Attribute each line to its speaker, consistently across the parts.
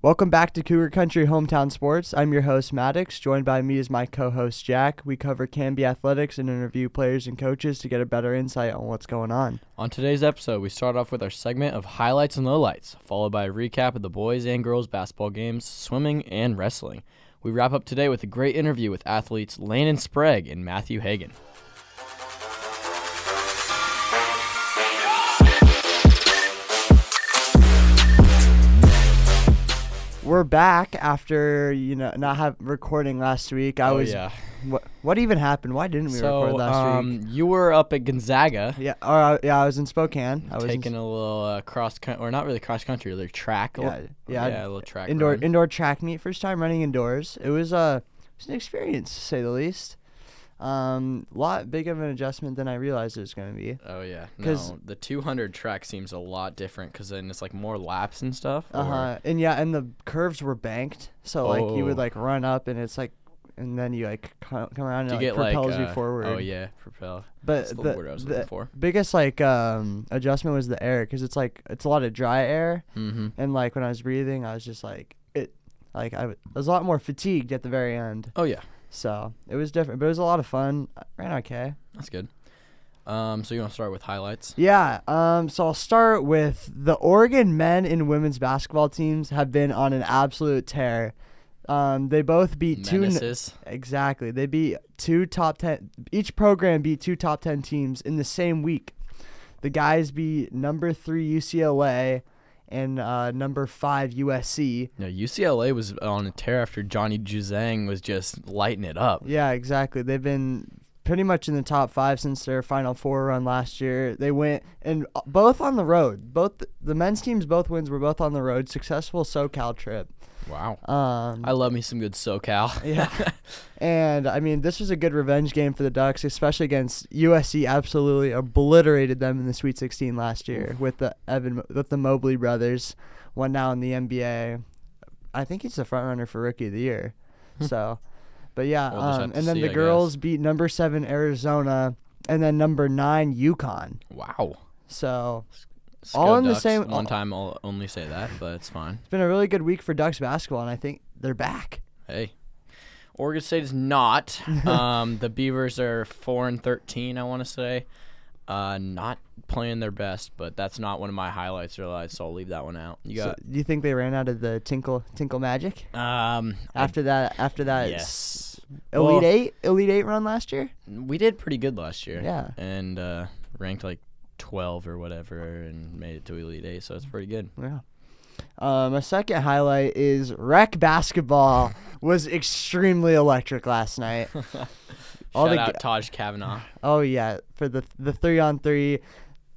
Speaker 1: Welcome back to Cougar Country Hometown Sports. I'm your host, Maddox. Joined by me is my co host, Jack. We cover Canby athletics and interview players and coaches to get a better insight on what's going on.
Speaker 2: On today's episode, we start off with our segment of highlights and lowlights, followed by a recap of the boys and girls basketball games, swimming, and wrestling. We wrap up today with a great interview with athletes Landon Sprague and Matthew Hagan.
Speaker 1: We're back after, you know, not have recording last week. I
Speaker 2: Oh,
Speaker 1: was.
Speaker 2: yeah.
Speaker 1: What, what even happened? Why didn't we
Speaker 2: so,
Speaker 1: record last week?
Speaker 2: um, you were up at Gonzaga
Speaker 1: Yeah, or, uh, yeah, I was in Spokane. I was in
Speaker 2: taking a little uh, cross country, or not really cross country, like track. a
Speaker 1: yeah,
Speaker 2: little-
Speaker 1: yeah,
Speaker 2: yeah, a little track.
Speaker 1: indoor
Speaker 2: run.
Speaker 1: indoor track meet. First time running indoors. It was uh, it was an experience to say the least. Um, lot big of an adjustment than I realized it was going to be.
Speaker 2: Oh yeah,
Speaker 1: 'Cause-
Speaker 2: no. The 200 track seems a lot different because then it's like more laps and stuff. or-
Speaker 1: Uh huh. And yeah, and the curves were banked, so like you would
Speaker 2: Oh.
Speaker 1: like run up, and it's like, and then you like co- come around and
Speaker 2: Do
Speaker 1: it,
Speaker 2: you
Speaker 1: like
Speaker 2: get like
Speaker 1: propels
Speaker 2: uh,
Speaker 1: you forward.
Speaker 2: Oh yeah, propel.
Speaker 1: But
Speaker 2: That's the,
Speaker 1: the,
Speaker 2: word I was
Speaker 1: the
Speaker 2: looking for.
Speaker 1: biggest like um adjustment was the air, cause it's like it's a lot of dry air,
Speaker 2: Mm-hmm.
Speaker 1: and like when I was breathing, I was just like it, like I w- I was a lot more fatigued at the very end.
Speaker 2: Oh yeah,
Speaker 1: So it was different, but it was a lot of fun. I ran okay.
Speaker 2: that's good. Um, so you want to start with highlights?
Speaker 1: Yeah. Um. So I'll start with the Oregon men and women's basketball teams have been on an absolute tear. Um. They both beat two. n-
Speaker 2: Menaces.
Speaker 1: exactly. They beat two top ten. Each program beat two top ten teams in the same week. The guys beat number three UCLA and uh, number five USC.
Speaker 2: No, UCLA was on a tear after Johnny Juzang was just lighting it up.
Speaker 1: Yeah, exactly. They've been pretty much in the top five since their Final Four run last year. They went and uh, both on the road. Both the men's teams, both wins were both on the road. Successful SoCal trip.
Speaker 2: Wow.
Speaker 1: Um,
Speaker 2: I love me some good SoCal.
Speaker 1: yeah, and I mean this was a good revenge game for the Ducks, especially against USC. Absolutely obliterated them in the Sweet 16 last year with the Evan with the Mobley brothers. One now in the NBA. I think he's the front runner for Rookie of the Year. So, but yeah,
Speaker 2: We'll just have
Speaker 1: um,
Speaker 2: to
Speaker 1: and then
Speaker 2: see,
Speaker 1: the
Speaker 2: I
Speaker 1: girls beat number seven Arizona and then number nine Yukon.
Speaker 2: wow.
Speaker 1: So
Speaker 2: Go
Speaker 1: in the
Speaker 2: Ducks.
Speaker 1: same-
Speaker 2: One time I'll only say that, but it's fine.
Speaker 1: it's been a really good week for Ducks basketball, and I think they're back.
Speaker 2: Hey. Oregon State is not. Um, the Beavers are four and thirteen. I want to say, uh, not playing their best, but that's not one of my highlights. Realized, so I'll leave that one out. You
Speaker 1: So
Speaker 2: got
Speaker 1: do you think they ran out of the tinkle tinkle magic
Speaker 2: um, I-
Speaker 1: after that after that
Speaker 2: yes.
Speaker 1: Elite
Speaker 2: Well-
Speaker 1: Eight, Elite Eight run last year.
Speaker 2: we did pretty good last year.
Speaker 1: Yeah.
Speaker 2: And uh, ranked like 12 or whatever and made it to Elite Eight, so it's pretty good.
Speaker 1: Yeah. Um, a second highlight is rec basketball was extremely electric last night. All
Speaker 2: Shout
Speaker 1: the
Speaker 2: out
Speaker 1: ga-
Speaker 2: Taj Kavanaugh.
Speaker 1: Oh yeah, for the the three on three,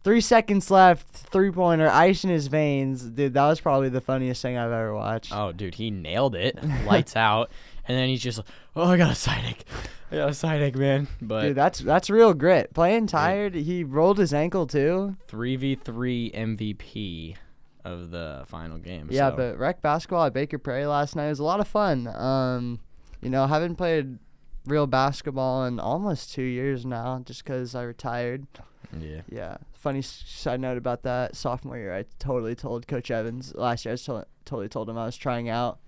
Speaker 1: three seconds left, three pointer, ice in his veins, dude. That was probably the funniest thing I've ever watched.
Speaker 2: Oh, dude, he nailed it. Lights out. And then he's just like, oh, I got a side ache. I got a side ache, man. But
Speaker 1: Dude, that's that's real grit. Playing tired, he rolled his ankle too.
Speaker 2: 3v3 MVP of the final game.
Speaker 1: Yeah,
Speaker 2: so.
Speaker 1: but rec basketball at Baker Prairie last night was a lot of fun. Um, you know, haven't played real basketball in almost two years now, just 'cause I retired.
Speaker 2: Yeah.
Speaker 1: Yeah. Funny s- side note about that sophomore year, I totally told Coach Evans last year. I tol- totally told him I was trying out.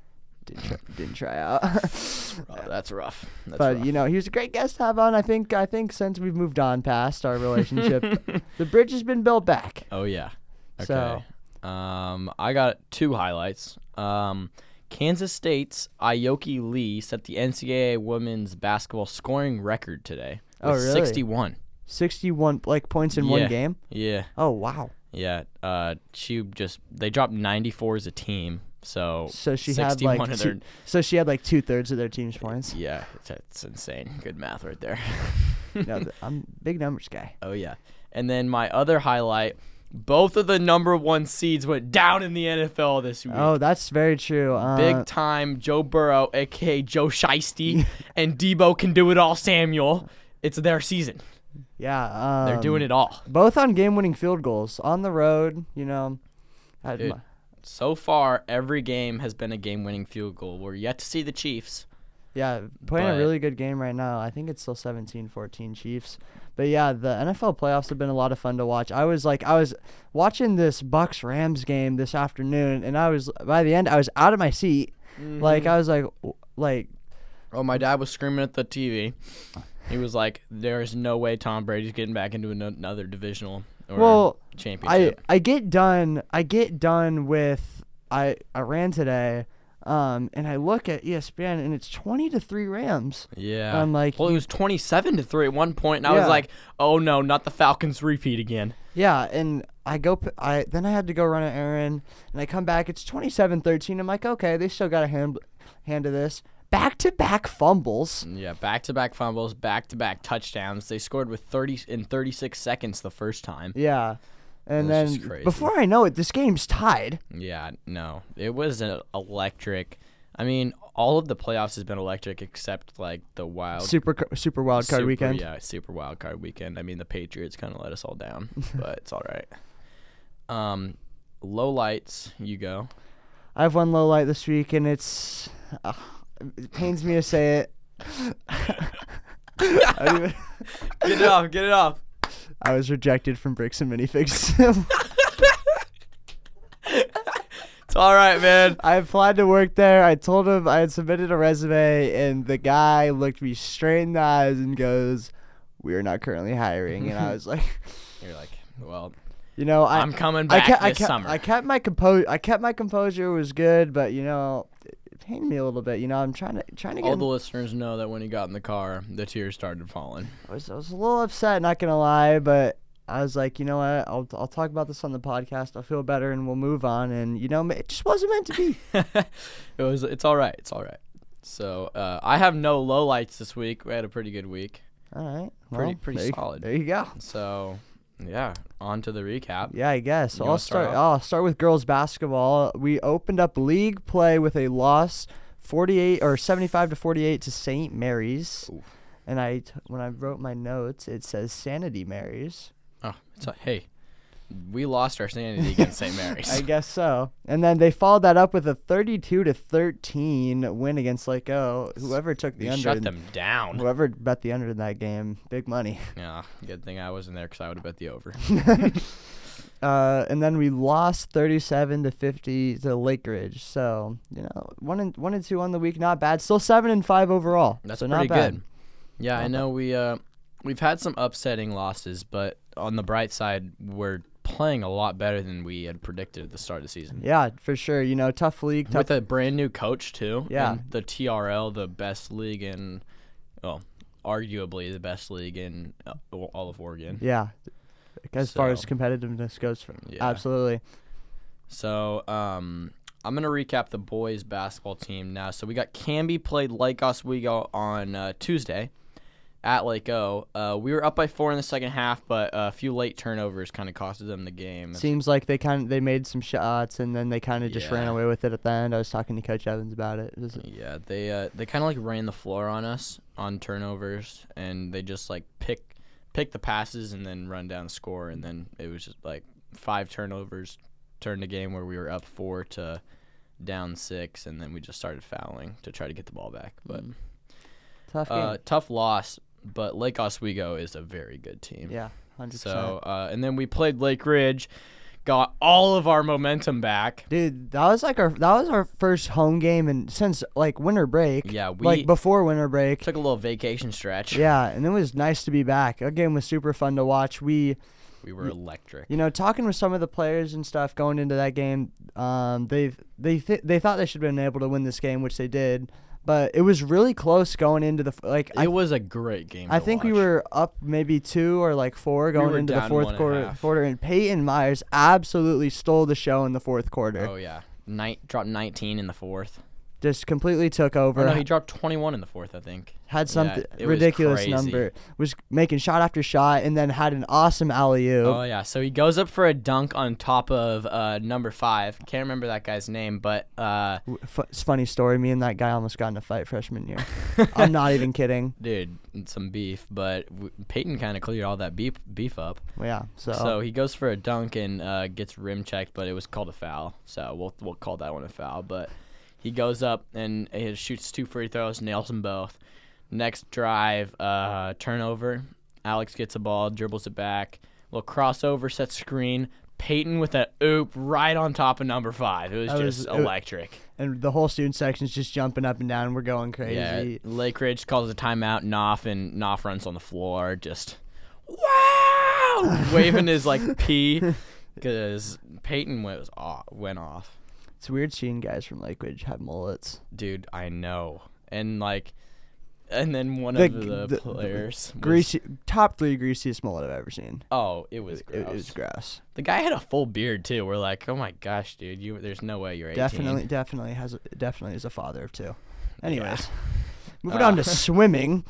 Speaker 1: Didn't try, didn't try out.
Speaker 2: Oh, that's rough. That's
Speaker 1: but
Speaker 2: rough.
Speaker 1: you know, he was a great guest to have on. I think I think since we've moved on past our relationship, the bridge has been built back.
Speaker 2: Oh yeah. Okay.
Speaker 1: So-
Speaker 2: um, I got two highlights. Um, Kansas State's Ayoki Lee set the NCAA women's basketball scoring record today.
Speaker 1: Oh,
Speaker 2: with
Speaker 1: really?
Speaker 2: 61.
Speaker 1: Sixty-one like points in
Speaker 2: Yeah.
Speaker 1: one game.
Speaker 2: Yeah,
Speaker 1: Oh wow.
Speaker 2: yeah. Uh, she just they dropped 94 as a team. So
Speaker 1: So she had
Speaker 2: 61
Speaker 1: like
Speaker 2: of
Speaker 1: two,
Speaker 2: their,
Speaker 1: so she had like two thirds of their team's points.
Speaker 2: yeah, that's insane. Good math right there.
Speaker 1: no, th- I'm a big numbers guy.
Speaker 2: Oh yeah. And then my other highlight, both of the number one seeds went down in the NFL this week.
Speaker 1: Oh, that's very true. Uh,
Speaker 2: Big time Joe Burrow, aka Joe Shiesty, and Debo can do it all. Samuel, it's their season.
Speaker 1: yeah, um,
Speaker 2: They're doing it all.
Speaker 1: both on game-winning field goals on the road. You know, had
Speaker 2: Dude.
Speaker 1: my-
Speaker 2: So far, every game has been a game-winning field goal. We're yet to see the Chiefs,
Speaker 1: Yeah, playing
Speaker 2: But-
Speaker 1: a really good game right now. I think it's still 17-14 Chiefs. But yeah, the NFL playoffs have been a lot of fun to watch. I was like I was watching this Bucks Rams game this afternoon and I was by the end I was out of my seat.
Speaker 2: Mm-hmm.
Speaker 1: Like I was like w- like
Speaker 2: Oh, my dad was screaming at the TV. He was like, "There is no way Tom Brady's getting back into an- another divisional or
Speaker 1: well, I
Speaker 2: championship."
Speaker 1: I get done I get done with I I ran today um and I look at ESPN and it's 20 to 3 Rams.
Speaker 2: yeah.
Speaker 1: I'm like,
Speaker 2: well, it was twenty-seven to three at one point, and I
Speaker 1: Yeah.
Speaker 2: was like, "Oh no, not the Falcons repeat again."
Speaker 1: Yeah, and I go p- I then I had to go run an errand and I come back it's 27-13. I'm like, "Okay, they still got a hand hand to this." Back-to-back fumbles.
Speaker 2: Yeah, back-to-back fumbles, back-to-back touchdowns. They scored with thirty in thirty-six seconds the first time.
Speaker 1: Yeah. And
Speaker 2: That's just
Speaker 1: then
Speaker 2: crazy.
Speaker 1: before I know it, this game's tied.
Speaker 2: Yeah, no, it was an electric. I mean, all of the playoffs has been electric except like the wild
Speaker 1: Super c- super wild card
Speaker 2: Oh, Super-
Speaker 1: weekend.
Speaker 2: Yeah, super wild card weekend. I mean, the Patriots kind of let us all down, but it's all right. Um, low lights, you go.
Speaker 1: I have one low light this week and it's uh, it pains me to say it. I, don't even-
Speaker 2: Get it off. Get it off.
Speaker 1: I was rejected from Bricks and Minifigs.
Speaker 2: It's all right, man.
Speaker 1: I applied to work there. I told him I had submitted a resume, and the guy looked me straight in the eyes and goes, "We are not currently hiring." And I was like,
Speaker 2: You're like, well,
Speaker 1: you know, I,
Speaker 2: I'm coming
Speaker 1: I
Speaker 2: back
Speaker 1: kept,
Speaker 2: this
Speaker 1: I kept,
Speaker 2: summer.
Speaker 1: I kept my composure. I kept my composure. It was good, but you know, it pained me a little bit. You know, I'm trying to trying to get.
Speaker 2: all the listeners know that when he got in the car, the tears started falling.
Speaker 1: I, was, I was a little upset, not gonna lie, but. I was like, you know what? I'll, I'll talk about this on the podcast. I'll feel better, and we'll move on. And you know, ma- it just wasn't meant to be.
Speaker 2: it was. It's all right. It's all right. So uh, I have no low lights this week. We had a pretty good week.
Speaker 1: All right,
Speaker 2: Pretty-
Speaker 1: well,
Speaker 2: pretty
Speaker 1: there you-
Speaker 2: solid.
Speaker 1: There you go.
Speaker 2: So yeah, on to the recap.
Speaker 1: Yeah, I guess.
Speaker 2: You
Speaker 1: I'll
Speaker 2: wanna start
Speaker 1: start. I'll start with girls basketball. We opened up league play with a loss, forty-eight or seventy-five to forty-eight to Saint Mary's.
Speaker 2: Oof.
Speaker 1: And I, t- when I wrote my notes, it says Sanity Mary's.
Speaker 2: Oh, it's a, hey, we lost our sanity against St. Mary's.
Speaker 1: I guess so. And then they followed that up with a thirty-two to thirteen win against Lake O. Whoever took the
Speaker 2: We
Speaker 1: under,
Speaker 2: shut
Speaker 1: in-
Speaker 2: them down.
Speaker 1: whoever bet the under in that game, big money.
Speaker 2: Yeah, good thing I wasn't there because I would have bet the over.
Speaker 1: Uh, and then we lost 37 to 50 to Lake Ridge. So you know, one and one and two on the week, not bad. Still seven and five overall.
Speaker 2: That's
Speaker 1: so
Speaker 2: pretty
Speaker 1: not bad.
Speaker 2: good. Yeah, I
Speaker 1: Not
Speaker 2: know we uh, we've had some upsetting losses, but on the bright side, we're playing a lot better than we had predicted at the start of the season.
Speaker 1: Yeah, for sure. You know, tough league, tough.
Speaker 2: With a brand new coach too.
Speaker 1: Yeah.
Speaker 2: and the TRL, the best league in, well, arguably the best league in uh, all of Oregon.
Speaker 1: yeah, as far as
Speaker 2: So-
Speaker 1: competitiveness goes, for,
Speaker 2: Yeah.
Speaker 1: absolutely.
Speaker 2: So, um, I'm gonna recap the boys' basketball team now. So we got Canby played Lake Oswego on uh, Tuesday at Lake O. Uh, we were up by four in the second half, but uh, a few late turnovers kind of costed them the game.
Speaker 1: Seems like they kind of they made some shots and then they kind of just ran
Speaker 2: Yeah.
Speaker 1: away with it at the end. I was talking to Coach Evans about it. It was-
Speaker 2: Yeah, they uh, they kind of like ran the floor on us on turnovers, and they just like pick pick the passes and then run down the score, and then it was just like five turnovers turned a game where we were up four to down six, and then we just started fouling to try to get the ball back.
Speaker 1: Mm.
Speaker 2: But
Speaker 1: tough game.
Speaker 2: uh, tough loss, but Lake Oswego is a very good team.
Speaker 1: yeah, hundred percent.
Speaker 2: So uh, and then we played Lake Ridge, got all of our momentum back.
Speaker 1: Dude, that was like our that was our first home game and since like winter break.
Speaker 2: Yeah, we-
Speaker 1: like before winter break.
Speaker 2: Took a little vacation stretch.
Speaker 1: Yeah, and it was nice to be back. That game was super fun to watch. We,
Speaker 2: We were electric.
Speaker 1: you know, talking with some of the players and stuff going into that game, um, they've, they th- they thought they should have been able to win this game, which they did, but it was really close going into the f- like. I,
Speaker 2: It was a great game.
Speaker 1: I
Speaker 2: to
Speaker 1: think we
Speaker 2: watch.
Speaker 1: were up maybe two or like four going
Speaker 2: were
Speaker 1: into the
Speaker 2: down
Speaker 1: fourth
Speaker 2: one and a
Speaker 1: quarter.
Speaker 2: half.
Speaker 1: quarter, and Peyton Myers absolutely stole the show in the fourth quarter.
Speaker 2: Oh yeah, night dropped 19 in the fourth.
Speaker 1: Just completely took
Speaker 2: Or
Speaker 1: over.
Speaker 2: Oh, no, he dropped 21 in the fourth, I think.
Speaker 1: had something
Speaker 2: it was
Speaker 1: ridiculous
Speaker 2: crazy.
Speaker 1: number. Was making shot after shot, and then had an awesome alley oop.
Speaker 2: Oh yeah, so he goes up for a dunk on top of uh, number five. Can't remember that guy's name, but uh,
Speaker 1: W- fu- It's funny story. Me and that guy almost got in a fight freshman year. I'm not even kidding.
Speaker 2: dude, some beef. But w- Peyton kind of cleared all that beef beef up.
Speaker 1: Well, Yeah. So,
Speaker 2: So he goes for a dunk and uh, gets rim checked, but it was called a foul. So we'll we'll call that one a foul. But He goes up and he shoots two free throws, nails them both. Next drive, uh, turnover. Alex gets a ball, dribbles it back. Little crossover, set screen. Peyton with a oop right on top of number five. It was
Speaker 1: That was-
Speaker 2: just
Speaker 1: it-
Speaker 2: electric.
Speaker 1: and the whole student section's just jumping up and down. We're going crazy.
Speaker 2: Yeah, Lake Ridge calls a timeout. Knopf and Knopf runs on the floor, just wow, waving his like pee, because Peyton was off, went off.
Speaker 1: It's weird seeing guys from Lakewood have mullets.
Speaker 2: Dude, I know, and like, and then one
Speaker 1: The-
Speaker 2: of the,
Speaker 1: the-
Speaker 2: players, was-
Speaker 1: Greasy, top three greasiest mullet I've ever seen.
Speaker 2: Oh, it was gross.
Speaker 1: It, was gross.
Speaker 2: the guy had a full beard too. We're like, oh my gosh, dude, you. There's no way you're 18.
Speaker 1: Definitely, definitely has, a, definitely is a father of two. Anyways, moving
Speaker 2: Uh.
Speaker 1: on to swimming.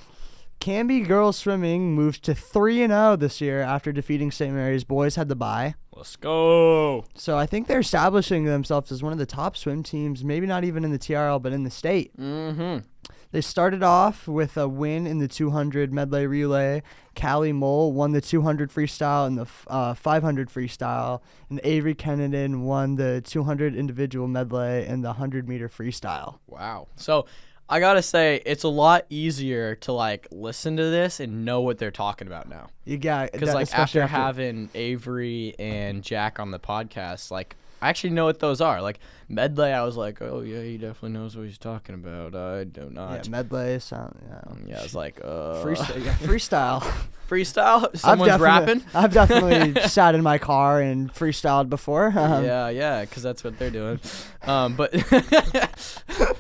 Speaker 1: Canby girls swimming moves to three and zero this year after defeating St. Mary's. Boys had the bye,
Speaker 2: Let's go.
Speaker 1: so I think they're establishing themselves as one of the top swim teams. Maybe not even in the TRL, but in the state.
Speaker 2: Mm-hmm.
Speaker 1: They started off with a win in the 200 medley relay. Callie Mole won the 200 freestyle and the f- uh, 500 freestyle, and Avery Kennedon won the 200 individual medley and the 100 meter freestyle.
Speaker 2: Wow. So I gotta say, it's a lot easier to like listen to this and know what they're talking about now.
Speaker 1: You got
Speaker 2: Because like after, having Avery and Jack on the podcast, like I actually know what those are. Like medley, I was like, oh yeah, he definitely knows what he's talking about. I do
Speaker 1: yeah,
Speaker 2: not.
Speaker 1: medley sound. Yeah,
Speaker 2: Yeah, I was like, uh,
Speaker 1: freestyle. Yeah, freestyle.
Speaker 2: freestyle.
Speaker 1: I've
Speaker 2: Someone's
Speaker 1: definitely-
Speaker 2: rapping.
Speaker 1: I've definitely sat in my car and freestyled before. Um,
Speaker 2: yeah, yeah, because that's what they're doing. Um, but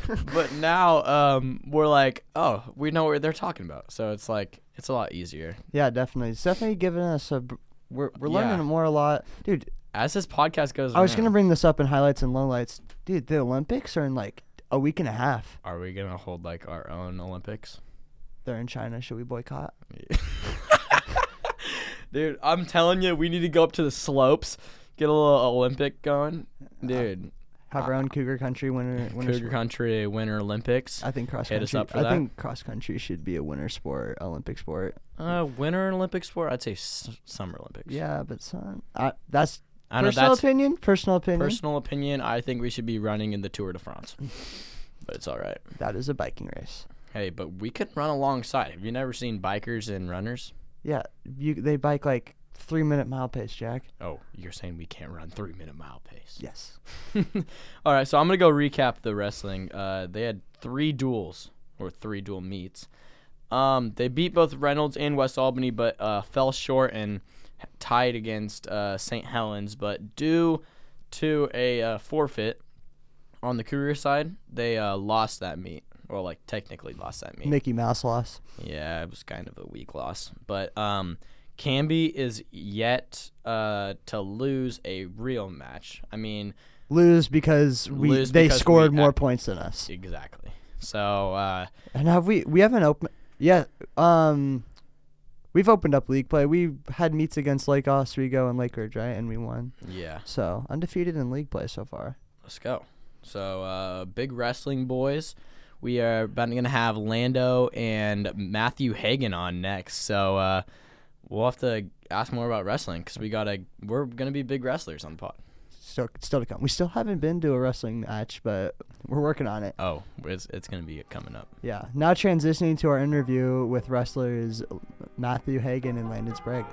Speaker 2: but now um, we're like, oh, we know what they're talking about. So it's like it's a lot easier.
Speaker 1: yeah, definitely. It's definitely giving us a. br- We're, we're
Speaker 2: Yeah.
Speaker 1: learning more a lot, dude.
Speaker 2: As this podcast goes,
Speaker 1: I was gonna
Speaker 2: around,
Speaker 1: bring this up in highlights and lowlights, dude. The Olympics are in like a week and a half.
Speaker 2: Are we gonna hold like our own Olympics?
Speaker 1: They're in China. Should we boycott?
Speaker 2: Dude, I'm telling you, we need to go up to the slopes, get a little Olympic going. Dude,
Speaker 1: Have our own cougar country winter. Uh, winter
Speaker 2: Ah. Cougar
Speaker 1: sport.
Speaker 2: Country Winter Olympics.
Speaker 1: I think cross
Speaker 2: Hit
Speaker 1: country.
Speaker 2: us up for
Speaker 1: I
Speaker 2: that.
Speaker 1: think cross country should be a winter sport, Olympic sport.
Speaker 2: Uh, Winter Olympic sport? I'd say s- Summer Olympics.
Speaker 1: Yeah, but son, I, that's
Speaker 2: I know
Speaker 1: personal
Speaker 2: that's
Speaker 1: opinion. Personal opinion.
Speaker 2: personal opinion. I think we should be running in the Tour de France, but it's all right.
Speaker 1: that is a biking race.
Speaker 2: Hey, but we could run alongside. Have you never seen bikers and runners?
Speaker 1: Yeah, you they bike like three minute mile pace, Jack.
Speaker 2: Oh, you're saying we can't run three minute mile pace.
Speaker 1: Yes.
Speaker 2: All right, so I'm gonna go recap the wrestling. Uh, they had three duels or three duel meets. Um, they beat both Reynolds and West Albany, but uh, fell short and tied against uh, St. Helens. But due to a uh, forfeit on the career side, they uh, lost that meet, or like technically lost that meet.
Speaker 1: Mickey Mouse loss.
Speaker 2: Yeah, it was kind of a weak loss. But um, Camby is yet uh, to lose a real match. I mean,
Speaker 1: Lose because we
Speaker 2: Lose
Speaker 1: they
Speaker 2: because we
Speaker 1: scored more
Speaker 2: act-
Speaker 1: points than us.
Speaker 2: exactly. So uh,
Speaker 1: And have we we haven't opened yeah, um we've opened up league play. We had meets against Lake Oswego and Lake Ridge, right? And we won.
Speaker 2: yeah,
Speaker 1: So undefeated in league play so far.
Speaker 2: let's go. So uh, big wrestling boys. We are about gonna have Lando and Matthew Hagan on next. So uh, we'll have to ask more about wrestling because we gotta. We're gonna be big wrestlers on the pod.
Speaker 1: Still still to come. We still haven't been to a wrestling match, but we're working on it.
Speaker 2: Oh, it's it's gonna be coming up.
Speaker 1: Yeah. Now transitioning to our interview with wrestlers Matthew Hagan and Landon Sprague.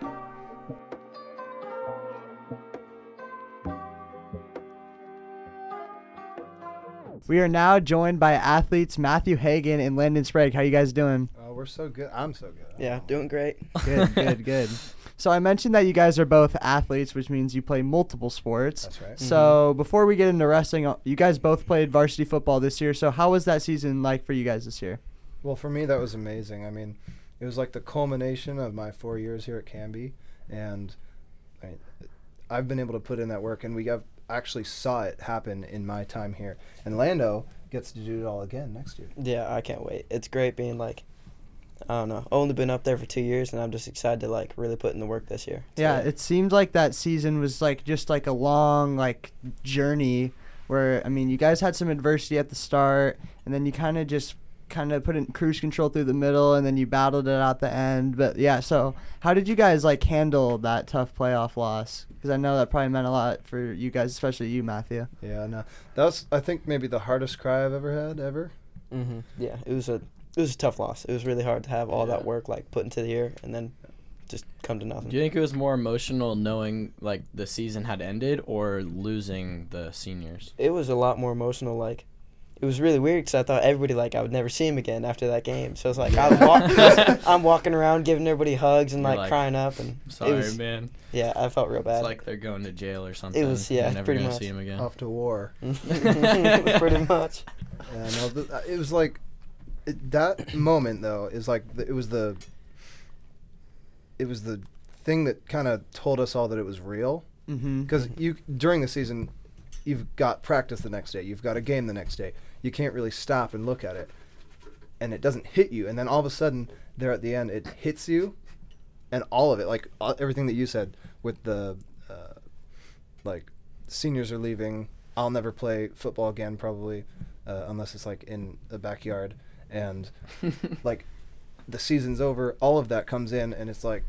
Speaker 1: We are now joined by athletes Matthew Hagan and Landon Sprague. How you guys doing?
Speaker 3: Oh, we're so good. I'm so good. Oh. I
Speaker 4: Yeah,
Speaker 3: don't know.
Speaker 4: doing great.
Speaker 1: Good, good, good. So I mentioned that you guys are both athletes, which means you play multiple sports.
Speaker 3: That's right.
Speaker 1: So before we get into wrestling, uh, you guys both played varsity football this year. So how was that season like for you guys this year?
Speaker 3: Well, for me, that was amazing. I mean, it was like the culmination of my four years here at Canby, and I mean, I've been able to put in that work, and we have actually saw it happen in my time here. And Lando gets to do it all again next year.
Speaker 4: Yeah, I can't wait. It's great being like, I don't know. Only been up there for two years, and I'm just excited to like really put in the work this year. So,
Speaker 1: Yeah, it seemed like that season was like just like a long like journey where I mean, you guys had some adversity at the start and then you kind of just kind of put in cruise control through the middle, and then you battled it out the end. But yeah, so how did you guys like handle that tough playoff loss? Because I know that probably meant a lot for you guys, especially you, Matthew.
Speaker 3: Yeah, no, uh, that was I think maybe the hardest cry I've ever had ever.
Speaker 4: hmm Yeah, it was a it was a tough loss. It was really hard to have all
Speaker 2: Yeah.
Speaker 4: that work like put into the year and then just come to nothing.
Speaker 2: Do you think it was more emotional knowing like the season had ended or losing the seniors?
Speaker 4: It was a lot more emotional. Like it was really weird because I thought everybody like I would never see him again after that game. So it's like I'm, wa- I'm walking around giving everybody hugs and
Speaker 2: You're
Speaker 4: like,
Speaker 2: like,
Speaker 4: crying up and
Speaker 2: Sorry,
Speaker 4: it was,
Speaker 2: man.
Speaker 4: yeah, I felt real
Speaker 2: It's
Speaker 4: bad.
Speaker 2: like they're going to jail or something.
Speaker 4: yeah,
Speaker 2: You're never
Speaker 4: pretty
Speaker 2: gonna
Speaker 4: much.
Speaker 2: see him again.
Speaker 3: Off to war.
Speaker 4: pretty much.
Speaker 3: Yeah, no, th- uh, it was like it, that moment though is like the, it was the it was the thing that kind of told us all that it was real
Speaker 1: Mm-hmm.
Speaker 3: because you during the season you've got practice the next day, you've got a game the next day. You can't really stop and look at it, and it doesn't hit you. And then all of a sudden, there at the end, it hits you, and all of it, like all, everything that you said with the uh, like seniors are leaving. I'll never play football again, probably, uh, unless it's like in the backyard. And Oh, like the season's over, all of that comes in, and it's like,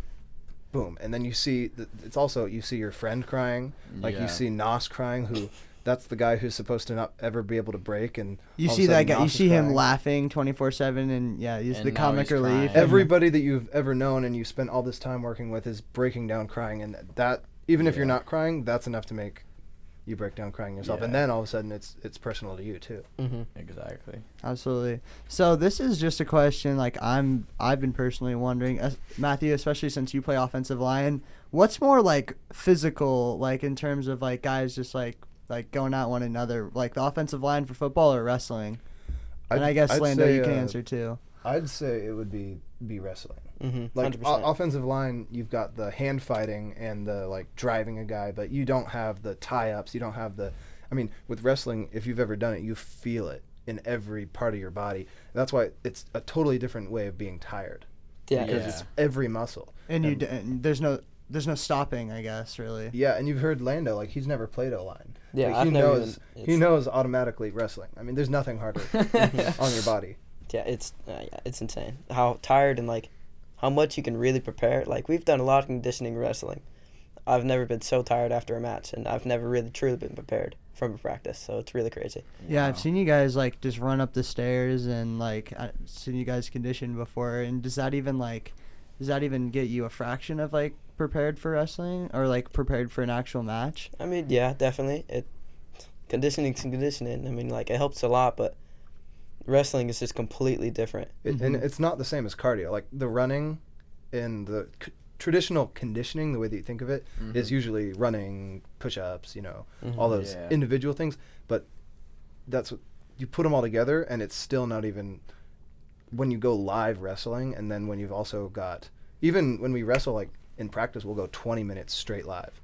Speaker 3: boom. And then you see, th- it's also you see your friend crying, like
Speaker 2: Yeah.
Speaker 3: you see Nas crying, who that's the guy who's supposed to not ever be able to break, and
Speaker 1: You
Speaker 3: all of a
Speaker 1: see that
Speaker 3: sudden
Speaker 1: guy. You
Speaker 3: Nas is
Speaker 1: see him
Speaker 3: crying.
Speaker 1: laughing twenty four seven, and yeah, he's
Speaker 2: And
Speaker 1: the
Speaker 2: now
Speaker 1: comic
Speaker 2: he's crying.
Speaker 1: relief. and-
Speaker 3: Everybody that you've ever known and you spent all this time working with is breaking down crying, and that even if you're
Speaker 2: Yeah.
Speaker 3: not crying, that's enough to make you break down crying yourself, and
Speaker 2: Yeah.
Speaker 3: then all of a sudden it's it's personal to you too.
Speaker 4: hmm
Speaker 2: Exactly.
Speaker 1: Absolutely. So this is just a question like I'm I've been personally wondering, uh, Matthew, especially since you play offensive line, what's more like physical, like in terms of like guys just like like going at one another, like the offensive line for football or wrestling? and I guess Lando, you can answer too.
Speaker 3: uh, I'd say it would be be wrestling.
Speaker 4: hmm
Speaker 3: Like
Speaker 4: 100%.
Speaker 3: o- offensive line, you've got the hand fighting and the like driving a guy, but you don't have the tie ups. You don't have the. I mean, with wrestling, if you've ever done it, you feel it in every part of your body. That's why it's a totally different way of being tired
Speaker 4: yeah,
Speaker 3: because
Speaker 4: yeah.
Speaker 3: it's every muscle.
Speaker 1: And you
Speaker 3: And-
Speaker 1: d- and there's no there's no stopping, I guess, really.
Speaker 3: Yeah, and you've heard Lando like he's never played O line.
Speaker 4: Yeah,
Speaker 3: Like,
Speaker 4: I've
Speaker 3: he
Speaker 4: never
Speaker 3: knows
Speaker 4: even-
Speaker 3: he
Speaker 4: it's-
Speaker 3: knows automatically wrestling. I mean, there's nothing harder on your body.
Speaker 4: Yeah, it's uh, yeah, it's insane how tired and like how much you can really prepare. Like we've done a lot of conditioning wrestling. I've never been so tired after a match, and I've never really truly been prepared from a practice. So it's really crazy.
Speaker 1: Yeah, I've seen you guys like just run up the stairs and like I've seen you guys condition before. And does that even like does that even get you a fraction of like prepared for wrestling or like prepared for an actual match?
Speaker 4: I mean, yeah, definitely. It conditioning conditioning. I mean, like it helps a lot, but wrestling is just completely different.
Speaker 3: It, And
Speaker 4: Mm-hmm.
Speaker 3: it's not the same as cardio. Like the running and the c- traditional conditioning, the way that you think of it, is usually running, push ups, you know, all those
Speaker 2: Mm-hmm. Yeah.
Speaker 3: individual things. But that's what you put them all together, and it's still not even when you go live wrestling, and then when you've also got, even when we wrestle, like in practice, we'll go 20 minutes straight live.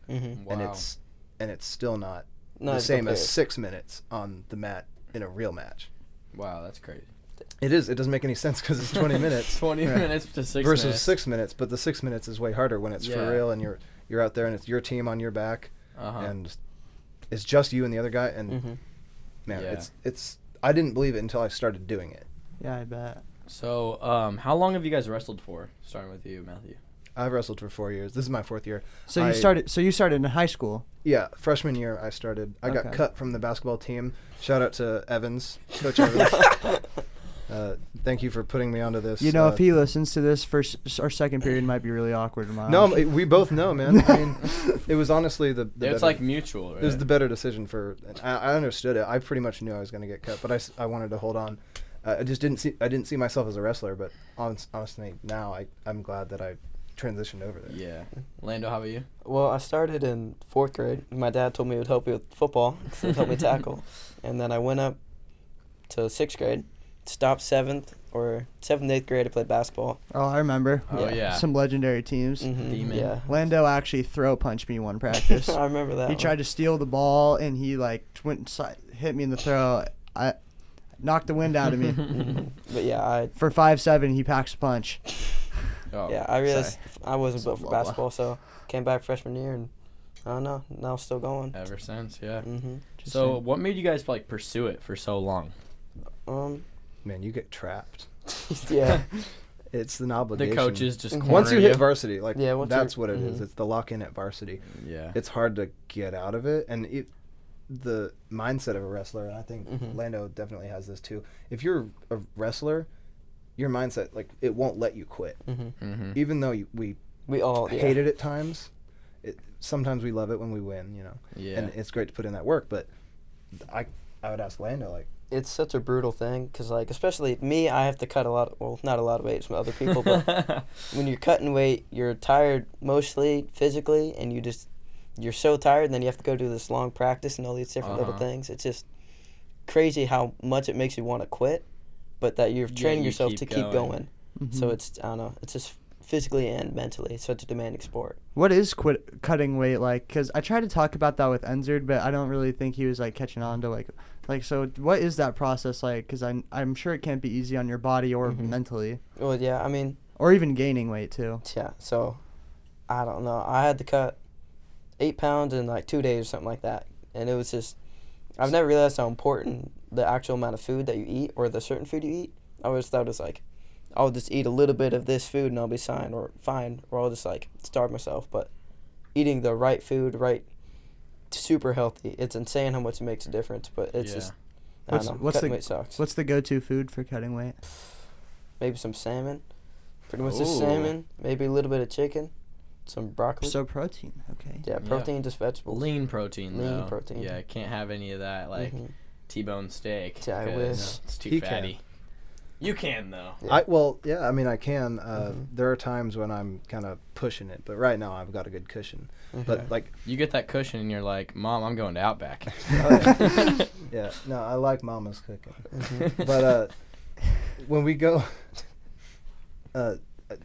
Speaker 4: Mm-hmm.
Speaker 3: And it's and it's still not
Speaker 4: No,
Speaker 3: the
Speaker 4: it's
Speaker 3: same as
Speaker 4: compared.
Speaker 3: six minutes on the mat in a real match.
Speaker 2: wow, that's crazy.
Speaker 3: It is. It doesn't make any sense because it's 20 minutes.
Speaker 2: Twenty
Speaker 3: Yeah.
Speaker 2: minutes to six
Speaker 3: versus
Speaker 2: minutes.
Speaker 3: six minutes, but the six minutes is way harder when it's
Speaker 2: Yeah.
Speaker 3: for real and you're you're out there and it's your team on your back
Speaker 2: Uh-huh. Mm-hmm.
Speaker 3: and it's just you and the other guy and
Speaker 4: Mhm.
Speaker 3: man,
Speaker 2: Yeah.
Speaker 3: it's it's I didn't believe it until I started doing it.
Speaker 1: Yeah, I bet.
Speaker 2: so, um, how long have you guys wrestled for? Starting with you, Matthew.
Speaker 3: I've wrestled for four years. This is my fourth year.
Speaker 1: So you
Speaker 3: I-
Speaker 1: started. So you started in high school.
Speaker 3: Yeah, freshman year I started. I got
Speaker 1: Okay.
Speaker 3: cut from the basketball team. Shout out to Evans, Coach Evans. uh, thank you for putting me onto this.
Speaker 1: You know,
Speaker 3: uh,
Speaker 1: if he listens to this, first or second period might be really awkward. Mom.
Speaker 3: no, m- we both know, man. I mean, it was honestly the, the
Speaker 2: it's
Speaker 3: better-
Speaker 2: like mutual, right?
Speaker 3: It was the better decision for. and I, I understood it. I pretty much knew I was going to get cut, but I, s- I wanted to hold on. Uh, I just didn't see I didn't see myself as a wrestler, but hon- honestly, now I I'm glad that I transitioned over there.
Speaker 2: yeah. Lando, how about you?
Speaker 4: Well, I started in fourth grade. My dad told me it would help me with football, it would help me tackle, and then I went up to sixth grade, stopped seventh or seventh eighth grade. I played basketball.
Speaker 1: Oh, I remember.
Speaker 2: Oh, Yeah. yeah.
Speaker 1: Some legendary teams.
Speaker 4: Mhm,
Speaker 2: Demon.
Speaker 4: Yeah,
Speaker 1: Lando actually throw punched me one practice.
Speaker 4: I remember that.
Speaker 1: he
Speaker 4: one.
Speaker 1: tried to steal the ball and he like went si- hit me in the throat. I knocked the wind out of me.
Speaker 4: Mm-hmm. but yeah, I
Speaker 1: For five seven, he packs a punch.
Speaker 2: Oh,
Speaker 4: yeah I realized I wasn't
Speaker 1: So
Speaker 4: built for
Speaker 1: blah, blah.
Speaker 4: basketball, so came back freshman year, and I don't know. Now still going.
Speaker 2: sorry. Ever since, yeah.
Speaker 4: hmm
Speaker 2: So, what made you guys like pursue it for so long?
Speaker 4: Um,
Speaker 3: man, you get trapped.
Speaker 4: yeah.
Speaker 3: It's an obligation.
Speaker 2: The coaches just
Speaker 4: Mhm.
Speaker 2: corner
Speaker 3: Once you hit
Speaker 2: you.
Speaker 3: varsity, like
Speaker 4: Yeah, once you're-
Speaker 3: that's what it is.
Speaker 4: mhm.
Speaker 3: It's the lock in at varsity.
Speaker 2: yeah.
Speaker 3: It's hard to get out of it, and it, the mindset of a wrestler. And I think
Speaker 4: Mhm.
Speaker 3: Lando definitely has this too. If you're a wrestler, your mindset like it won't let you quit,
Speaker 4: hmm
Speaker 2: Mm-hmm.
Speaker 3: even though you, we
Speaker 4: We all yeah.
Speaker 3: hate it at times. It, sometimes we love it when we win, you know.
Speaker 2: Yeah.
Speaker 3: And it's great to put in that work, but I I would ask Lando like,
Speaker 4: It's such a brutal thing because, like, especially me, I have to cut a lot. Of, well, not a lot of weight from other people, but when you're cutting weight, you're tired mostly physically, and you just you're so tired, and then you have to go do this long practice and all these different little
Speaker 2: Uh-huh.
Speaker 4: things. It's just crazy how much it makes you want to quit, but that you're
Speaker 2: Yeah,
Speaker 4: training
Speaker 2: you
Speaker 4: yourself
Speaker 2: keep
Speaker 4: to keep
Speaker 2: going.
Speaker 4: going. So
Speaker 1: Mhm.
Speaker 4: it's I don't know. It's just physically and mentally it's such a demanding sport.
Speaker 1: What is quit cutting weight like? Because I tried to talk about that with Enzard, but I don't really think he was like catching on to like, like. So what is that process like? Because I'm I'm sure it can't be easy on your body or
Speaker 4: Mhm.
Speaker 1: mentally,
Speaker 4: Well, yeah, I mean,
Speaker 1: or even gaining weight too.
Speaker 4: yeah. So I don't know. I had to cut eight pounds in like two days or something like that, and it was just I've never realized how important the actual amount of food that you eat or the certain food you eat. I always thought it was like I'll just eat a little bit of this food and I'll be fine or fine or I'll just like starve myself. But eating the right food, right, super healthy. It's insane how much it makes a difference. But it's
Speaker 2: Yeah.
Speaker 4: just I
Speaker 1: What's-
Speaker 4: don't know.
Speaker 1: what's
Speaker 4: cutting
Speaker 1: the-
Speaker 4: weight sucks.
Speaker 1: What's the go-to food for cutting weight?
Speaker 4: maybe some salmon. Pretty much
Speaker 2: Ooh.
Speaker 4: just salmon, maybe a little bit of chicken, some broccoli.
Speaker 1: So protein, okay.
Speaker 4: yeah,
Speaker 2: Yeah.
Speaker 4: protein, just vegetables.
Speaker 2: lean protein.
Speaker 4: Lean
Speaker 2: though.
Speaker 4: protein.
Speaker 2: Yeah, can't have any of that like
Speaker 4: Mhm.
Speaker 2: T-bone steak.
Speaker 4: Yeah, I
Speaker 2: 'cause
Speaker 4: wish.
Speaker 2: It's too
Speaker 3: He can.
Speaker 2: fatty. You can though.
Speaker 4: Yeah.
Speaker 3: I well, yeah, I mean, I can. Uh,
Speaker 4: Mhm.
Speaker 3: There are times when I'm kind of pushing it, but right now I've got a good cushion.
Speaker 4: Mhm.
Speaker 3: But like,
Speaker 2: You get that cushion and you're like, Mom, I'm going to Outback.
Speaker 3: Oh, yeah, no, I like Mama's cooking.
Speaker 4: Mhm.
Speaker 3: But uh, when we go, uh,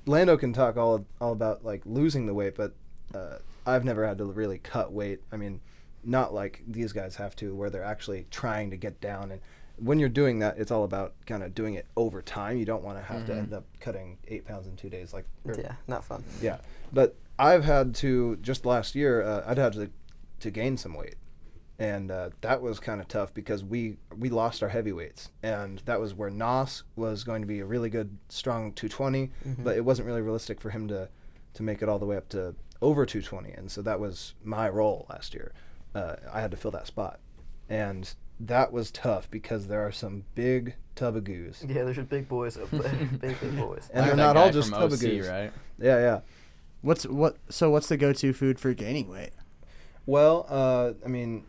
Speaker 3: Lando can talk all all about like losing the weight, but uh, I've never had to really cut weight. I mean, not like these guys have to, where they're actually trying to get down. And when you're doing that, it's all about kind of doing it over time. You don't want to have to
Speaker 2: Mhm.
Speaker 3: end up cutting eight pounds in two days, like or
Speaker 4: yeah, not fun.
Speaker 3: yeah, but I've had to just last year. Uh, I'd had to to gain some weight, and uh, that was kind of tough because we we lost our heavyweights, and that was where Nos was going to be a really good strong 220, but it wasn't really realistic for him to to make it all the way up to over 220, and so that was my role last year. Uh, I had to fill that spot, and that was tough because there are some big tubagoos.
Speaker 4: Yeah, there's big boys up there. big, big boys.
Speaker 3: And
Speaker 2: Like that
Speaker 3: they're not all
Speaker 2: guy
Speaker 3: just
Speaker 2: from OC,
Speaker 3: tubagoos.
Speaker 2: right?
Speaker 3: Yeah, yeah.
Speaker 1: What's what? So what's the go-to food for gaining weight?
Speaker 3: Well, uh, I mean,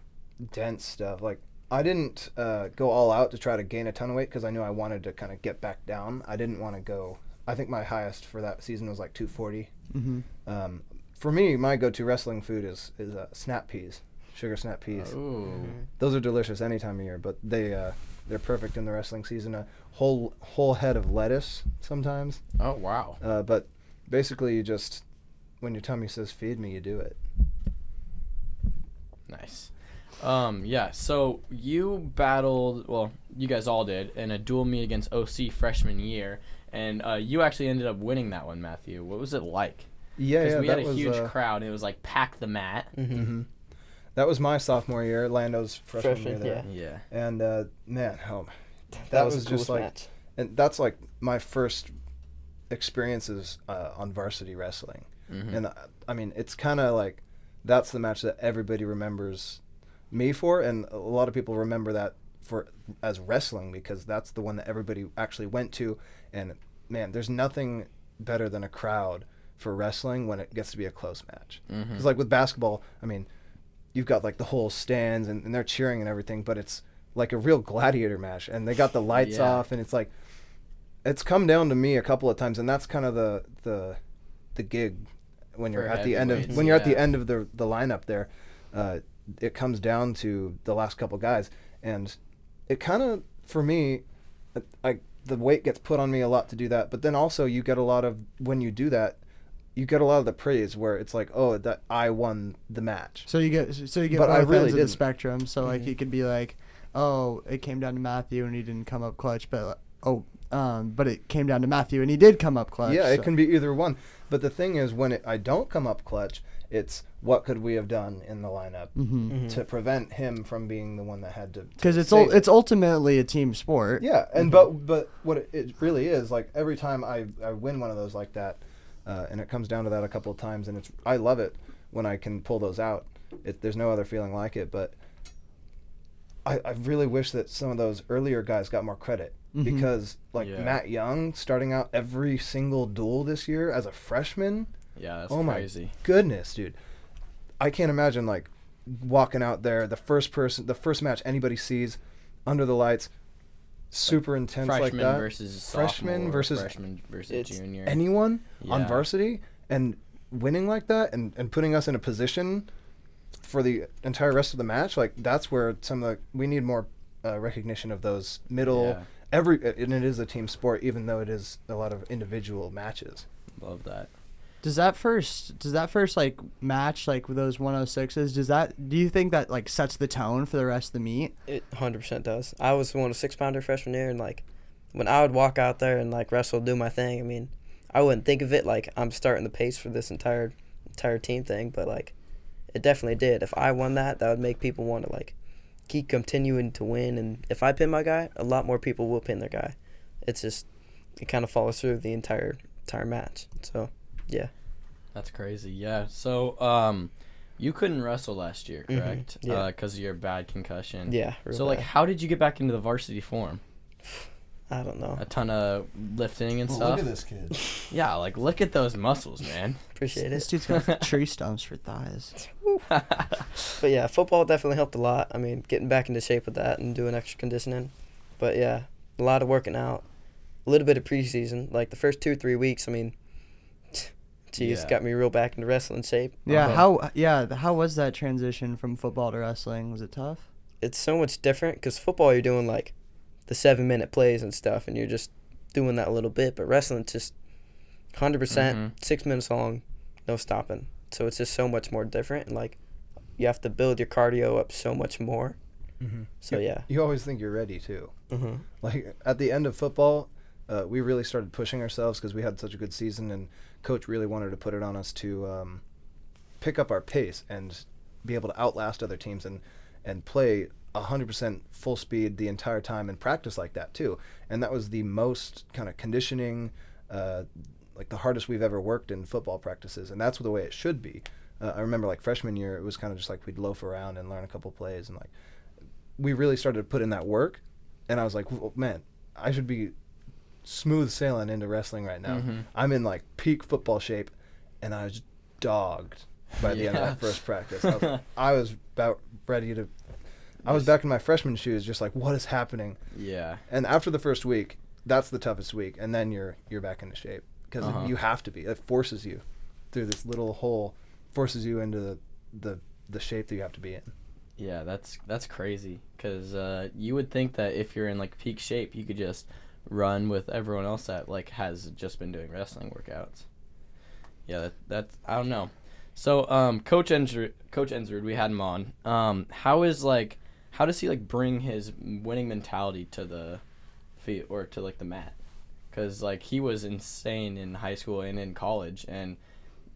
Speaker 3: dense stuff. Like, I didn't uh, go all out to try to gain a ton of weight because I knew I wanted to kind of get back down. I didn't want to go. I think my highest for that season was like 240.
Speaker 1: Mm-hmm.
Speaker 3: Um, for me, my go-to wrestling food is is uh, snap peas, sugar snap peas.
Speaker 4: Mm-hmm.
Speaker 2: Ooh.
Speaker 3: Those are delicious any time of year, but they uh, they're perfect in the wrestling season. A whole whole head of lettuce sometimes,
Speaker 2: Oh wow.
Speaker 3: uh, but basically you just when your tummy says feed me, you do it.
Speaker 2: Nice. Um, yeah, so you battled, well, you guys all did, in a dual meet against OC freshman year, and uh, you actually ended up winning that one, Matthew. What was it like?
Speaker 3: Yeah,
Speaker 2: Because
Speaker 3: yeah,
Speaker 2: we
Speaker 3: that
Speaker 2: had a
Speaker 3: was,
Speaker 2: huge
Speaker 3: uh,
Speaker 2: crowd, and it was like, pack the mat.
Speaker 4: Mm-hmm.
Speaker 3: That was my sophomore year, Lando's freshman,
Speaker 4: Freshman,
Speaker 3: year there.
Speaker 2: Yeah.
Speaker 3: And uh, man, oh,
Speaker 4: That,
Speaker 3: was
Speaker 4: was,
Speaker 3: just
Speaker 4: the coolest
Speaker 3: like-
Speaker 4: match.
Speaker 3: and that's like my first experiences uh, on varsity wrestling.
Speaker 2: Mhm.
Speaker 3: And uh, I mean, it's kind of like that's the match that everybody remembers me for, and a lot of people remember that for as wrestling because that's the one that everybody actually went to. And man, there's nothing better than a crowd for wrestling when it gets to be a close match.
Speaker 2: Mhm.
Speaker 3: Because like with basketball, I mean, you've got like the whole stands and, and they're cheering and everything, but it's like a real gladiator match, and they got the lights
Speaker 2: Yeah.
Speaker 3: off, and it's like it's come down to me a couple of times, and that's kind of the the the gig when you're
Speaker 2: For
Speaker 3: at the end of
Speaker 2: heavyweights,
Speaker 3: when you're at the
Speaker 2: yeah.
Speaker 3: end of the the lineup there. Uh, it comes down to the last couple guys, and it kind of for me, like the weight gets put on me a lot to do that. But then also you get a lot of when you do that, you get a lot of the praise where it's like, oh, that I won the match.
Speaker 1: So you get so you get
Speaker 3: But
Speaker 1: both
Speaker 3: I really
Speaker 1: ends of the
Speaker 3: didn't.
Speaker 1: spectrum. So like you could be like, oh, it came down to Matthew and he didn't come up clutch, but oh, um, but it came down to Matthew and he did come up clutch.
Speaker 3: Yeah, it
Speaker 1: so-
Speaker 3: can be either one. But the thing is, when it, I don't come up clutch, it's what could we have done in the lineup
Speaker 1: Because
Speaker 3: to prevent him from being the one that had to. to
Speaker 1: Mm-hmm. it's
Speaker 3: save
Speaker 1: ul-
Speaker 3: it.
Speaker 1: it's ultimately a team sport.
Speaker 3: Yeah, and but but what it, it really is like every time I I win one of those like that, uh, and it comes down to that a couple of times, and it's I love it when I can pull those out. It, there's no other feeling like it, but. I, I really wish that some of those earlier guys got more credit
Speaker 1: Mhm.
Speaker 3: because like
Speaker 2: Yeah.
Speaker 3: Matt Young starting out every single duel this year as a freshman,
Speaker 2: Yeah, that's
Speaker 3: Oh my-
Speaker 2: crazy.
Speaker 3: goodness, dude. I can't imagine like walking out there, the first person, the first match anybody sees under the lights, super intense like
Speaker 2: Freshman
Speaker 3: that.
Speaker 2: versus
Speaker 3: Freshman
Speaker 2: sophomore,
Speaker 3: versus
Speaker 2: freshman versus
Speaker 4: It's
Speaker 2: junior.
Speaker 3: Anyone on
Speaker 2: Yeah.
Speaker 3: varsity and winning like that and, and putting us in a position for the entire rest of the match, like that's where some of the, we need more uh, recognition of those middle.
Speaker 2: Yeah.
Speaker 3: Every and it is a team sport, even though it is a lot of individual matches.
Speaker 2: Love that.
Speaker 1: Does that first does that first like match like with those 106s? Does that do you think that like sets the tone for the rest of the meet?
Speaker 4: It 100% does. I was one of six pounder freshman year, and like when I would walk out there and like wrestle, do my thing. I mean, I wouldn't think of it like I'm starting the pace for this entire entire team thing, but like it definitely did. If I won that, that would make people want to like keep continuing to win. And if I pin my guy, a lot more people will pin their guy. It's just it kind of follows through the entire entire match. So
Speaker 2: That's crazy. Yeah. So, um, you couldn't wrestle last year,
Speaker 3: Mm-hmm.
Speaker 4: Mhm,
Speaker 2: correct?
Speaker 4: yeah.
Speaker 2: Because of your bad concussion.
Speaker 4: yeah, real
Speaker 2: So, like,
Speaker 4: bad.
Speaker 2: how did you get back into the varsity form?
Speaker 4: I don't know.
Speaker 2: A ton of lifting and stuff.
Speaker 3: this kid.
Speaker 2: Yeah, like look at those muscles, man.
Speaker 4: Appreciate it.
Speaker 1: This dude's got tree stumps for thighs.
Speaker 4: But yeah, football definitely helped a lot. I mean, getting back into shape with that and doing extra conditioning. But yeah, a lot of working out, a little bit of preseason. Like the first two, three weeks, I mean, geez,
Speaker 2: Yeah.
Speaker 4: got me real back into wrestling shape.
Speaker 1: Yeah,
Speaker 2: Uh-huh.
Speaker 1: how yeah, th- how was that transition from football to wrestling? Was it tough?
Speaker 4: It's so much different because football, you're doing like the seven minute plays and stuff, and you're just doing that a little bit. But wrestling, just 100%,
Speaker 2: Mhm.
Speaker 3: Mm-hmm.
Speaker 4: percent six minutes long, no stopping. So it's just so much more different. And like, you have to build your cardio up so much more.
Speaker 3: Mhm.
Speaker 4: So yeah.
Speaker 3: You always think you're ready too.
Speaker 4: Mm-hmm.
Speaker 3: like at the end of football uh, we really started pushing ourselves because we had such a good season and coach really wanted to put it on us to um, pick up our pace and be able to outlast other teams and and play 100% full speed the entire time and practice like that too and that was the most kind of conditioning uh, like the hardest we've ever worked in football practices and that's the way it should be uh, i remember like freshman year it was kind of just like we'd loaf around and learn a couple plays and like we really started to put in that work and I was like, well, man, I should be smooth sailing into wrestling right now.
Speaker 2: Mhm.
Speaker 3: I'm in like peak football shape, and I was dogged by the end of
Speaker 2: Yeah.
Speaker 3: that first practice. I was, like- I was about ready to. I was back in my freshman shoes, just like, what is happening?
Speaker 2: yeah.
Speaker 3: And after the first week, that's the toughest week, and then you're you're back into shape because
Speaker 2: Uh-huh.
Speaker 3: you have to be. It forces you through this little hole, forces you into the the, the shape that you have to be in.
Speaker 2: Yeah, that's that's crazy. Cause uh, you would think that if you're in like peak shape, you could just run with everyone else that like has just been doing wrestling workouts. Yeah, that, that's I don't know. So, um, Coach Ensrud, Coach Ensrud, we had him on. Um, how is like, how does he like bring his winning mentality to the feet or to like the mat? Cause like he was insane in high school and in college, and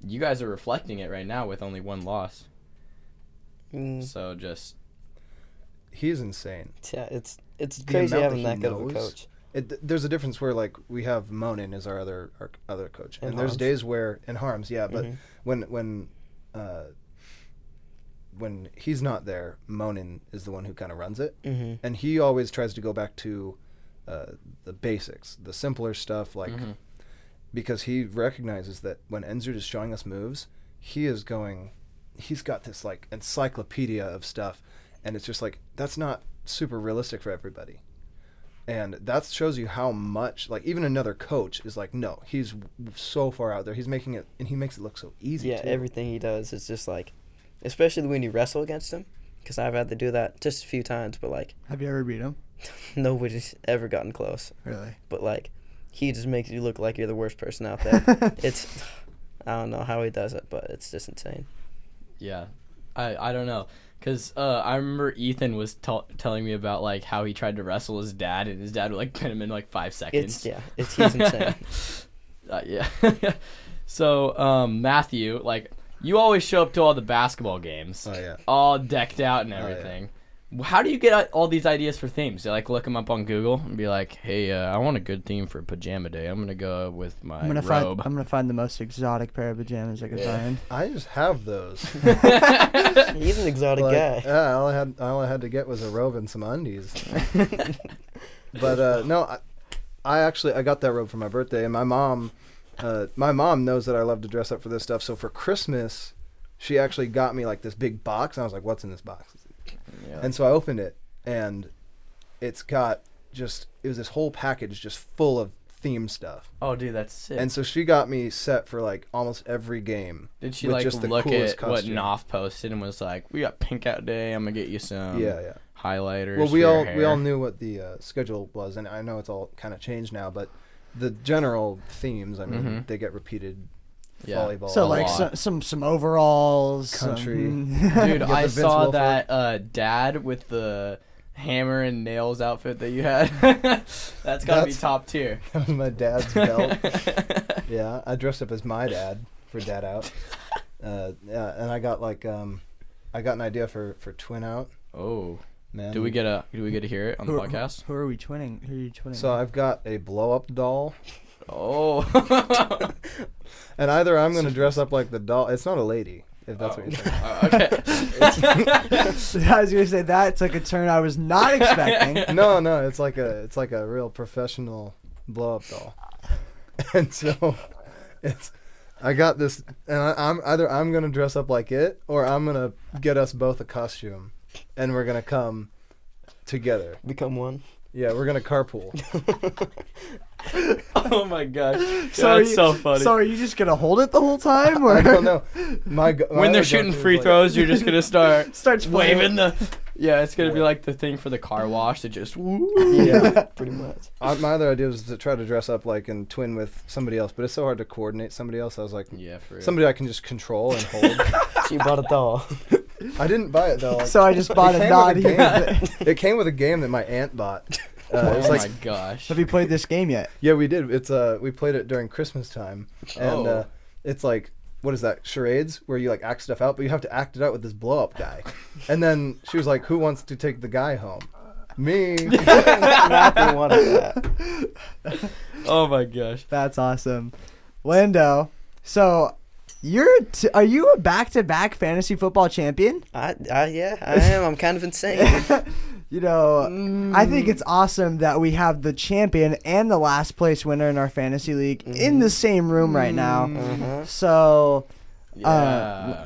Speaker 2: you guys are reflecting it right now with only one loss.
Speaker 4: Mm.
Speaker 2: So just
Speaker 3: He's insane.
Speaker 4: Yeah, it's it's
Speaker 3: The
Speaker 4: crazy
Speaker 3: amount
Speaker 4: having
Speaker 3: that
Speaker 4: that
Speaker 3: he
Speaker 4: good of a
Speaker 3: knows.
Speaker 4: coach.
Speaker 3: It, th- there's a difference where like we have Monin as our other our other coach, and,
Speaker 4: And
Speaker 3: there's
Speaker 4: Harms.
Speaker 3: days where and Harms, yeah, but
Speaker 4: Mhm.
Speaker 3: when when uh, when he's not there, Monin is the one who kind of runs it,
Speaker 4: hmm
Speaker 3: and he always tries to go back to uh, the basics, the simpler stuff, like
Speaker 2: Mhm.
Speaker 3: because he recognizes that when Enzard is showing us moves, he is going, he's got this like encyclopedia of stuff, and it's just like that's not super realistic for everybody, and that shows you how much like even another coach is like, no, he's w- so far out there, he's making it, and he makes it look so easy.
Speaker 4: Yeah,
Speaker 3: too.
Speaker 4: everything he does is just like, especially when you wrestle against him, because I've had to do that just a few times, but like
Speaker 1: Have you ever beat him?
Speaker 4: nobody's ever gotten close.
Speaker 1: Really?
Speaker 4: But like, he just makes you look like you're the worst person out there. it's, I don't know how he does it, but it's just insane.
Speaker 2: Yeah, I I don't know, cause uh, I remember Ethan was t- telling me about like how he tried to wrestle his dad, and his dad would like pin him in like five seconds.
Speaker 4: It's yeah, it's he's insane.
Speaker 2: uh, yeah, So, um, Matthew, like, you always show up to all the basketball games,
Speaker 3: Oh, yeah. Oh,
Speaker 2: all decked out and
Speaker 3: yeah.
Speaker 2: everything. How do you get uh, all these ideas for themes? You like look them up on Google and be like, "Hey, uh, I want a good theme for pajama day. I'm gonna go with my
Speaker 1: I'm gonna
Speaker 2: robe."
Speaker 1: find I'm gonna find the most exotic pair of pajamas I could
Speaker 2: Yeah.
Speaker 1: find.
Speaker 3: I just have those.
Speaker 4: He's an exotic
Speaker 3: Like, uh,
Speaker 4: guy.
Speaker 3: Yeah, all I had all I had to get was a robe and some undies. but uh, no, I, I actually I got that robe for my birthday, and my mom, uh, my mom knows that I love to dress up for this stuff. So for Christmas, she actually got me like this big box, and I was like, "What's in this box?"
Speaker 2: Yeah.
Speaker 3: And so I opened it, and it's got just it was this whole package just full of theme stuff.
Speaker 2: oh, dude, that's sick.
Speaker 3: And so she got me set for like almost every game.
Speaker 2: Did she
Speaker 3: with
Speaker 2: like
Speaker 3: just the
Speaker 2: look
Speaker 3: coolest
Speaker 2: at
Speaker 3: costume.
Speaker 2: what Knopf posted and was like, "We got pink out day. I'm gonna get you some
Speaker 3: yeah, yeah.
Speaker 2: highlighters."
Speaker 3: Well, we
Speaker 2: for your
Speaker 3: all we all
Speaker 2: hair."
Speaker 3: knew what the uh, schedule was, and I know it's all kind of changed now, but the general themes, I mean,
Speaker 2: Mhm.
Speaker 3: they get repeated.
Speaker 2: Yeah.
Speaker 3: Volleyball,
Speaker 1: So
Speaker 2: a
Speaker 1: like
Speaker 2: lot.
Speaker 1: some, some some overalls, some-
Speaker 3: Country.
Speaker 2: Dude,
Speaker 3: You got
Speaker 2: I
Speaker 3: the Vince
Speaker 2: saw
Speaker 3: Wilfork.
Speaker 2: that uh, dad with the hammer and nails outfit that you had. That's gotta be
Speaker 3: That's-
Speaker 2: top tier.
Speaker 3: that was my dad's belt. yeah, I dressed up as my dad for dad out. Uh, yeah, and I got like um, I got an idea for for twin out.
Speaker 2: oh,
Speaker 3: Man,
Speaker 2: do we get a do we get to hear it on the
Speaker 1: Who, who,
Speaker 2: podcast?
Speaker 1: who are we twinning? Who are you twinning?
Speaker 3: So I've got a blow up doll,
Speaker 2: Oh,
Speaker 3: and either I'm gonna dress up like the doll. It's not a lady, if that's what you're saying.
Speaker 2: Oh, okay.
Speaker 1: I was gonna say that took a turn I was not expecting.
Speaker 3: no, no, it's like a it's like a real professional blow up doll. And so it's I got this and I, I'm either I'm gonna dress up like it or I'm gonna get us both a costume and we're gonna come together.
Speaker 4: Become one.
Speaker 3: Yeah, we're gonna carpool.
Speaker 2: oh my gosh,
Speaker 1: So are
Speaker 2: that's
Speaker 1: you-
Speaker 2: so funny.
Speaker 1: So are you just gonna hold it the whole time, or
Speaker 3: I don't know. My, go- my
Speaker 2: when they're
Speaker 3: other
Speaker 2: shooting
Speaker 3: go-to is
Speaker 2: free
Speaker 3: like-
Speaker 2: throws, you're just gonna start
Speaker 1: starts flaring.
Speaker 2: waving the. Yeah, it's gonna be like the thing for the car wash to just. Woo.
Speaker 4: Yeah, pretty much.
Speaker 3: Uh, my other idea was to try to dress up like and twin with somebody else, but it's so hard to coordinate somebody else. I was like,
Speaker 2: Yeah, for real.
Speaker 3: somebody I can just control and hold.
Speaker 4: She bought a doll.
Speaker 3: I didn't buy it though. like-
Speaker 1: So I just bought a
Speaker 3: It came
Speaker 1: nod
Speaker 3: with a game
Speaker 1: here.
Speaker 3: that- it came with a game that my aunt bought. Uh,
Speaker 2: Oh
Speaker 3: it was like,
Speaker 2: my gosh.
Speaker 1: Have you played this game yet?
Speaker 3: yeah, we did. It's uh, we played it during Christmas time, and
Speaker 2: Oh.
Speaker 3: uh, it's like, what is that? Charades, where you like act stuff out, but you have to act it out with this blow up guy. And then she was like, "Who wants to take the guy home?" Me.
Speaker 4: Matthew wanted that.
Speaker 2: Oh my gosh.
Speaker 1: That's awesome, Lando. So you're t- are you a back to back fantasy football champion?
Speaker 4: I, I, yeah, I am. I'm kind of insane.
Speaker 1: You know,
Speaker 2: Mm,
Speaker 4: Mm,
Speaker 1: I
Speaker 4: uh,
Speaker 1: think it's awesome that we have the champion and the last place winner in our fantasy league in the same room right now.
Speaker 4: Uh-huh.
Speaker 1: So,
Speaker 2: Yeah.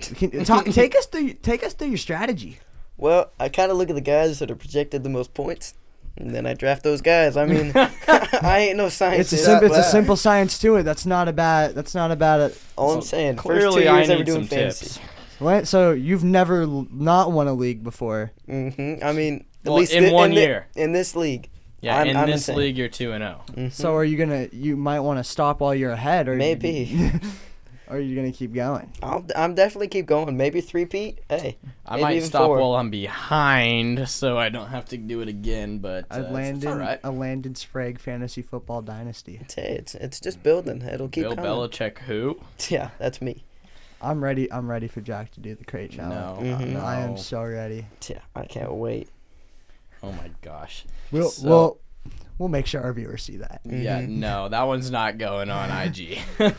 Speaker 1: can, talk, take us through take us through your strategy.
Speaker 4: Well, I kind of look at the guys that are projected the most points, and then I draft those guys. I mean, I ain't no scientist.
Speaker 1: It's a sim- it's a
Speaker 3: bad.
Speaker 1: simple science to it. That's not a bad. That's not a bad.
Speaker 4: All I'm saying. first two
Speaker 2: Clearly,
Speaker 4: years
Speaker 2: I
Speaker 4: ever
Speaker 2: need
Speaker 4: doing
Speaker 2: some
Speaker 4: fantasy.
Speaker 2: tips.
Speaker 1: What? So you've never l- not won a league before.
Speaker 4: Mm-hmm. I mean, at
Speaker 2: Well,
Speaker 4: least
Speaker 2: in
Speaker 4: thi-
Speaker 2: one
Speaker 4: thi-
Speaker 2: year.
Speaker 4: in this league. Mm-hmm.
Speaker 2: Yeah,
Speaker 4: I'm-
Speaker 2: in
Speaker 4: I'm
Speaker 2: this
Speaker 4: insane.
Speaker 2: league, you're two and oh. zero.
Speaker 1: So are you gonna? You might want to stop while you're ahead, or
Speaker 4: Mm. Maybe.
Speaker 1: or are you gonna keep going?
Speaker 4: I'll, I'm definitely keep going. Maybe three Pete. Hey,
Speaker 2: I
Speaker 4: Maybe
Speaker 2: might
Speaker 4: even
Speaker 2: stop
Speaker 4: four.
Speaker 2: while I'm behind, so I don't have to do it again. But
Speaker 1: I
Speaker 2: uh, it's-
Speaker 1: landed
Speaker 2: it's all right.
Speaker 1: a Landon Sprague fantasy football dynasty.
Speaker 4: it's, hey, it's it's just building. It'll keep
Speaker 2: Bill
Speaker 4: coming.
Speaker 2: Belichick, who?
Speaker 4: Yeah, that's me.
Speaker 1: I'm ready. I'm ready for Jack to do the crate
Speaker 2: No,
Speaker 1: challenge.
Speaker 4: Mhm.
Speaker 1: I am
Speaker 2: no.
Speaker 1: so ready.
Speaker 4: Yeah, I can't wait.
Speaker 2: Oh my gosh.
Speaker 1: We'll
Speaker 2: So-
Speaker 1: we'll we'll make sure our viewers see that.
Speaker 2: Yeah,
Speaker 3: Mm-hmm.
Speaker 2: no, that one's not going on IG.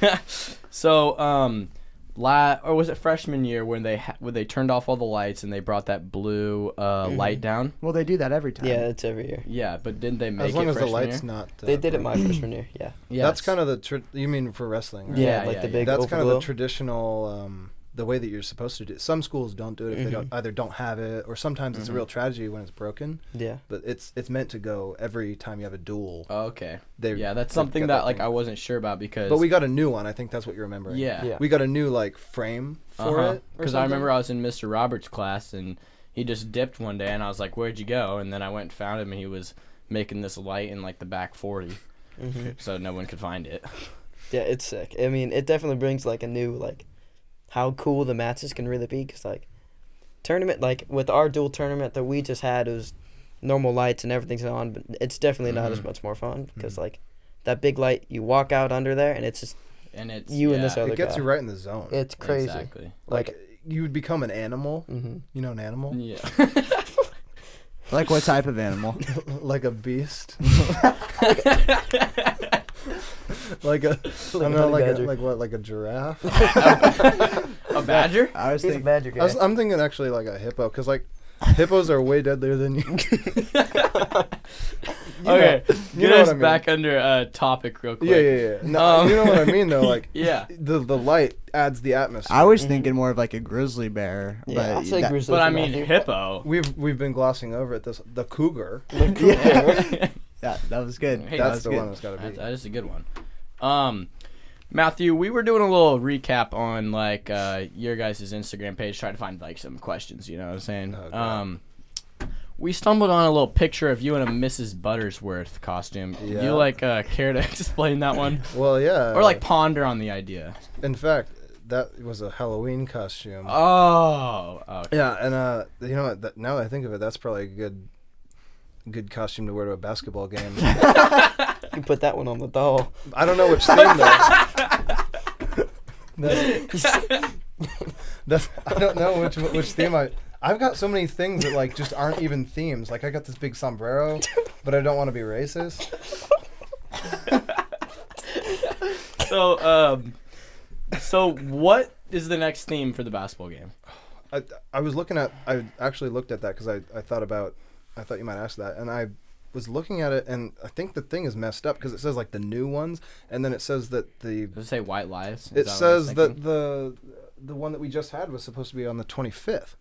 Speaker 2: so, um, la or was it freshman year when they ha- when they turned off all the lights and they brought that blue uh,
Speaker 3: Mm-hmm.
Speaker 2: light down?
Speaker 1: Well, they do that every time.
Speaker 4: Yeah, it's every year.
Speaker 2: Yeah, but didn't they make
Speaker 3: as long
Speaker 2: it
Speaker 3: as the
Speaker 2: freshman
Speaker 3: lights
Speaker 2: year?
Speaker 3: not. Uh,
Speaker 4: They did it my freshman year. Yeah.
Speaker 2: Yeah,
Speaker 3: That's kind of the. Tr- you mean for wrestling? Right?
Speaker 2: Yeah,
Speaker 4: Yeah, like
Speaker 2: yeah,
Speaker 4: the
Speaker 2: yeah.
Speaker 4: big
Speaker 3: that's
Speaker 4: over
Speaker 3: kind of the
Speaker 4: glow.
Speaker 3: traditional um, the way that you're supposed to do it. Some schools don't do it if they don't either don't have it or sometimes it's a real tragedy when it's broken.
Speaker 4: yeah.
Speaker 3: But it's it's meant to go every time you have a duel.
Speaker 2: Oh, okay.
Speaker 3: They-
Speaker 2: yeah, that's
Speaker 3: they've
Speaker 2: something
Speaker 3: got
Speaker 2: that
Speaker 3: that
Speaker 2: like
Speaker 3: thing.
Speaker 2: I wasn't sure about because
Speaker 3: But we got a new one. I think that's what you're remembering.
Speaker 2: yeah
Speaker 4: Yeah.
Speaker 3: we got a new like frame for it. or
Speaker 2: Because Uh-huh. I
Speaker 3: something.
Speaker 2: remember I was in Mr. Roberts' class and he just dipped one day, and I was like, "Where'd you go?" And then I went and found him, and he was making this light in like the back 40
Speaker 4: Mm-hmm.
Speaker 2: so no one could find it.
Speaker 4: Yeah, it's sick. I mean, it definitely brings like a new like how cool the matches can really be because like tournament like with our dual tournament that we just had it was normal lights and everything's on, but it's definitely not as much more fun because like that big light you walk out under there and it's just
Speaker 2: and it's
Speaker 4: You and this
Speaker 2: yeah,
Speaker 4: other
Speaker 3: It gets
Speaker 4: guy.
Speaker 3: you right in the zone.
Speaker 4: It's crazy.
Speaker 2: Exactly.
Speaker 3: like,
Speaker 4: Like,
Speaker 3: you would become an animal.
Speaker 4: mm-hmm.
Speaker 3: You know, an animal,
Speaker 2: Yeah.
Speaker 1: Like what type of animal?
Speaker 3: like a beast, like a I don't know,
Speaker 4: honey
Speaker 3: like a,
Speaker 4: badger.
Speaker 3: like what, like a giraffe.
Speaker 2: a badger?
Speaker 1: I was
Speaker 4: He's a
Speaker 1: thinking.
Speaker 4: badger guy.
Speaker 3: I was, I'm thinking actually like a hippo, because like hippos are way deadlier than you. You know-
Speaker 2: okay.
Speaker 3: you
Speaker 2: Get
Speaker 3: know what
Speaker 2: us
Speaker 3: I mean.
Speaker 2: back under uh, topic real quick.
Speaker 3: Yeah, yeah, yeah. No,
Speaker 2: Um,
Speaker 3: you know what I mean though. Like
Speaker 2: Yeah.
Speaker 3: the the light adds the atmosphere.
Speaker 1: I was
Speaker 4: Mhm.
Speaker 1: thinking more of like a grizzly bear.
Speaker 4: yeah,
Speaker 1: but
Speaker 4: I'd say
Speaker 1: that-
Speaker 4: grizzly.
Speaker 2: But
Speaker 4: for
Speaker 2: I
Speaker 4: my
Speaker 2: mean
Speaker 4: favorite.
Speaker 2: hippo.
Speaker 3: We've we've been glossing over it. This the cougar.
Speaker 1: Yeah. That, that was good.
Speaker 2: Hey,
Speaker 1: that
Speaker 3: that's
Speaker 1: was
Speaker 3: the
Speaker 1: good.
Speaker 3: one that's got to
Speaker 2: That's,
Speaker 3: be.
Speaker 2: that is a good one. Um, Matthew, we were doing a little recap on like uh, your guys' Instagram page, trying to find like some questions. You know what I'm saying?
Speaker 3: Oh, God.
Speaker 2: um, we stumbled on a little picture of you in a Mrs. Buttersworth costume. Do
Speaker 3: Yeah.
Speaker 2: You like uh, care to explain that one,
Speaker 3: Well, yeah. uh,
Speaker 2: or like ponder on the idea?
Speaker 3: in fact, that was a Halloween costume.
Speaker 2: Oh, okay.
Speaker 3: yeah, and uh, you know what? That, now that I think of it, that's probably a good, good costume to wear to a basketball game.
Speaker 4: You put that one on the doll.
Speaker 3: I don't know which theme though. That's, that's, I don't know which which theme I. I've got so many things that like just aren't even themes. Like I got this big sombrero, but I don't want to be racist.
Speaker 2: so um, so what is the next theme for the basketball game?
Speaker 3: I, I was looking at I actually looked at that because I, I thought about I thought you might ask that and I was looking at it and I think the thing is messed up because it says like the new ones and then it says that the
Speaker 2: Does it say white lives? Is
Speaker 3: it
Speaker 2: that what I was
Speaker 3: says that
Speaker 2: thinking?
Speaker 3: the the one that we just had was supposed to be on the 25th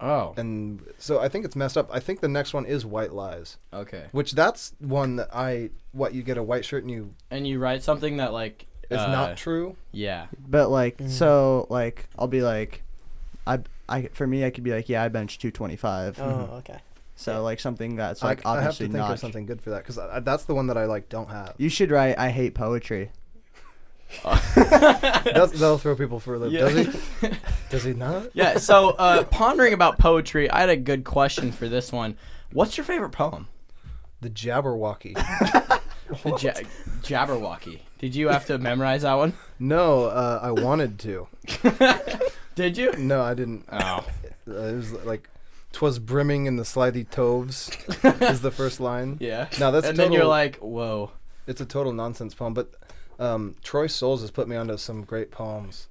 Speaker 2: Oh,
Speaker 3: and so I think it's messed up. I think the next one is white lies,
Speaker 2: okay.
Speaker 3: which that's one that I what you get a white shirt and you
Speaker 2: and you write something that like
Speaker 3: it's
Speaker 2: uh,
Speaker 3: not true.
Speaker 2: Yeah.
Speaker 1: But like,
Speaker 4: Mm-hmm.
Speaker 1: so like, I'll be like, I, I for me, I could be like, yeah, I bench two twenty five.
Speaker 4: Oh, okay.
Speaker 1: So like something that's
Speaker 3: I-
Speaker 1: like
Speaker 3: I, have to
Speaker 1: obviously
Speaker 3: think
Speaker 1: not.
Speaker 3: of something good for that because that's the one that I like don't have.
Speaker 1: You should write. I hate poetry.
Speaker 3: That's, that'll throw people for a loop.
Speaker 2: Yeah.
Speaker 3: Does he? Does he not?
Speaker 2: yeah. So uh, pondering about poetry, I had a good question for this one. What's your favorite poem?
Speaker 3: The Jabberwocky.
Speaker 2: The ja- Jabberwocky. Did you have to memorize that one?
Speaker 3: no, uh, I wanted to.
Speaker 2: Did you?
Speaker 3: No, I didn't. Uh,
Speaker 2: Oh.
Speaker 3: it was like, "Twas brimming in the slithy toves," is the first line.
Speaker 2: Yeah.
Speaker 3: No, that's
Speaker 2: and then you're
Speaker 3: total-
Speaker 2: like, whoa.
Speaker 3: It's a total nonsense poem, but um, Troy Souls has put me onto some great poems